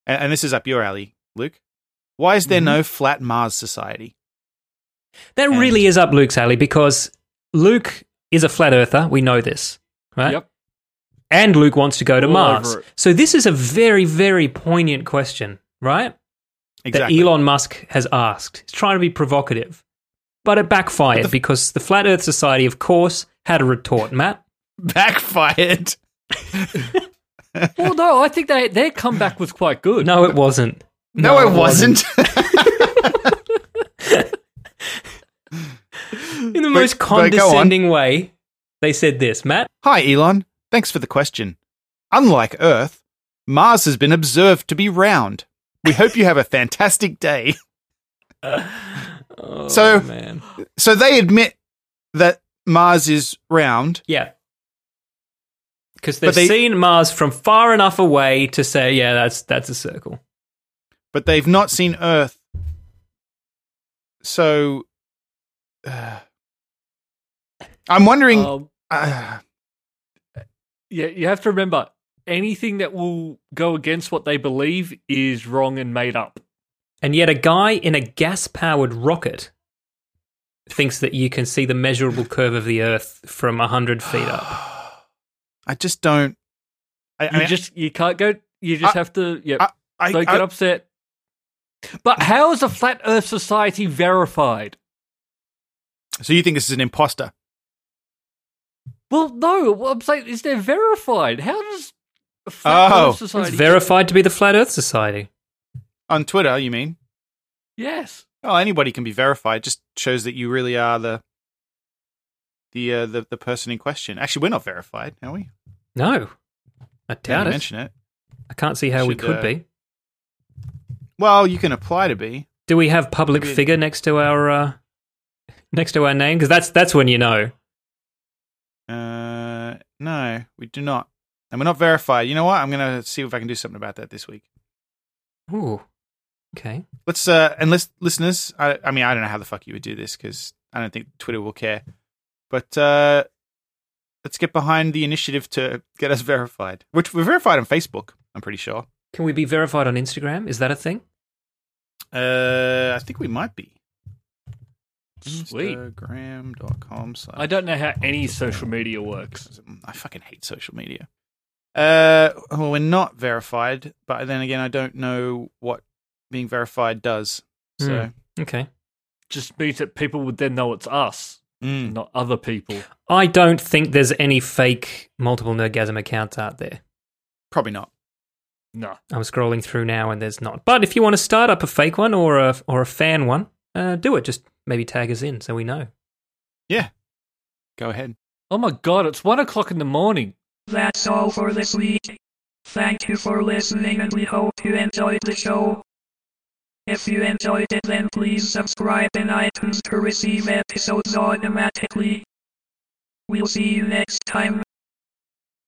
Speaker 3: and, and this is up your alley, Luke. Why is there no flat Mars society?
Speaker 4: That
Speaker 3: And-
Speaker 4: really is up Luke's alley because Luke is a flat earther. We know this, right?
Speaker 1: Yep.
Speaker 4: And Luke wants to go to
Speaker 1: All
Speaker 4: Mars.
Speaker 1: over it.
Speaker 4: So this is a very, very poignant question, right?
Speaker 3: Exactly.
Speaker 4: That Elon Musk has asked. He's trying to be provocative, but it backfired because the Flat Earth Society, of course, had a retort. Matt,
Speaker 3: backfired.
Speaker 1: Well, no, I think they their comeback was quite good.
Speaker 4: no, it wasn't.
Speaker 3: No, it wasn't.
Speaker 4: In the most
Speaker 3: but go on.
Speaker 4: condescending way, they said this, Matt.
Speaker 3: Hi, Elon. Thanks for the question. Unlike Earth, Mars has been observed to be round. We hope you have a fantastic day.
Speaker 4: Oh,
Speaker 3: So-
Speaker 4: man.
Speaker 3: So they admit that Mars is round.
Speaker 4: Yeah. Because they've
Speaker 3: they-
Speaker 4: seen Mars from far enough away to say, yeah, that's that's a circle.
Speaker 3: but they've not seen Earth. So, uh, I'm wondering.
Speaker 1: Um,
Speaker 3: uh,
Speaker 1: yeah, you have to remember anything that will go against what they believe is wrong and made up.
Speaker 4: And yet, a guy in a gas powered rocket thinks that you can see the measurable curve of the Earth from 100 feet up.
Speaker 3: I just don't. I,
Speaker 1: You
Speaker 3: I mean,
Speaker 1: just you can't go. You just
Speaker 3: I-
Speaker 1: have to. Yep.
Speaker 3: I,
Speaker 1: don't
Speaker 3: I-
Speaker 1: get upset. But how is a flat Earth society verified?
Speaker 3: So you think this is an imposter?
Speaker 1: Well, no. What I'm saying is they're verified. How does Flat
Speaker 3: Oh.
Speaker 1: Earth Society
Speaker 4: It's verified to be the Flat Earth Society.
Speaker 3: On Twitter, you mean?
Speaker 1: Yes.
Speaker 3: Oh, anybody can be verified. Just shows that you really are the the uh, the, the person in question. Actually, we're not verified, are we?
Speaker 4: No, I
Speaker 3: Now
Speaker 4: doubt
Speaker 3: you
Speaker 4: it.
Speaker 3: mention it.
Speaker 4: I can't see how we
Speaker 3: Should,
Speaker 4: could
Speaker 3: uh,
Speaker 4: be.
Speaker 3: Well, you can apply to be.
Speaker 4: Do we have public
Speaker 3: maybe-
Speaker 4: figure next to our uh, next to our name? Because that's that's when you know.
Speaker 3: Uh, no, we do not, and we're not verified. You know what? I'm gonna see if I can do something about that this week.
Speaker 4: Ooh, okay.
Speaker 3: Let's uh, and let's listeners. I, I mean, I don't know how the fuck you would do this because I don't think Twitter will care. But uh, let's get behind the initiative to get us verified, which we're verified on Facebook. I'm pretty sure.
Speaker 4: Can we be verified on Instagram? Is that a thing?
Speaker 3: Uh, I think we might be.
Speaker 1: Sweet.
Speaker 3: Instagram.com slash.
Speaker 1: I don't know how any social media works.
Speaker 3: I fucking hate social media. Uh, well, we're not verified, but then again, I don't know what being verified does. So,
Speaker 4: Okay.
Speaker 1: Just means that people would then know it's us,
Speaker 3: Mm.
Speaker 1: not other people.
Speaker 4: I don't think there's any fake multiple nerdgasm accounts out there.
Speaker 3: probably not.
Speaker 1: No.
Speaker 4: I'm scrolling through now and there's not. But if you want to start up a fake one or a or a fan one, uh, do it. Just maybe tag us in so we know.
Speaker 3: Yeah. Go ahead.
Speaker 1: Oh my god, it's one o'clock in the morning.
Speaker 5: That's all for this week. Thank you for listening and we hope you enjoyed the show. If you enjoyed it then please subscribe in iTunes to receive episodes automatically. We'll see you next time.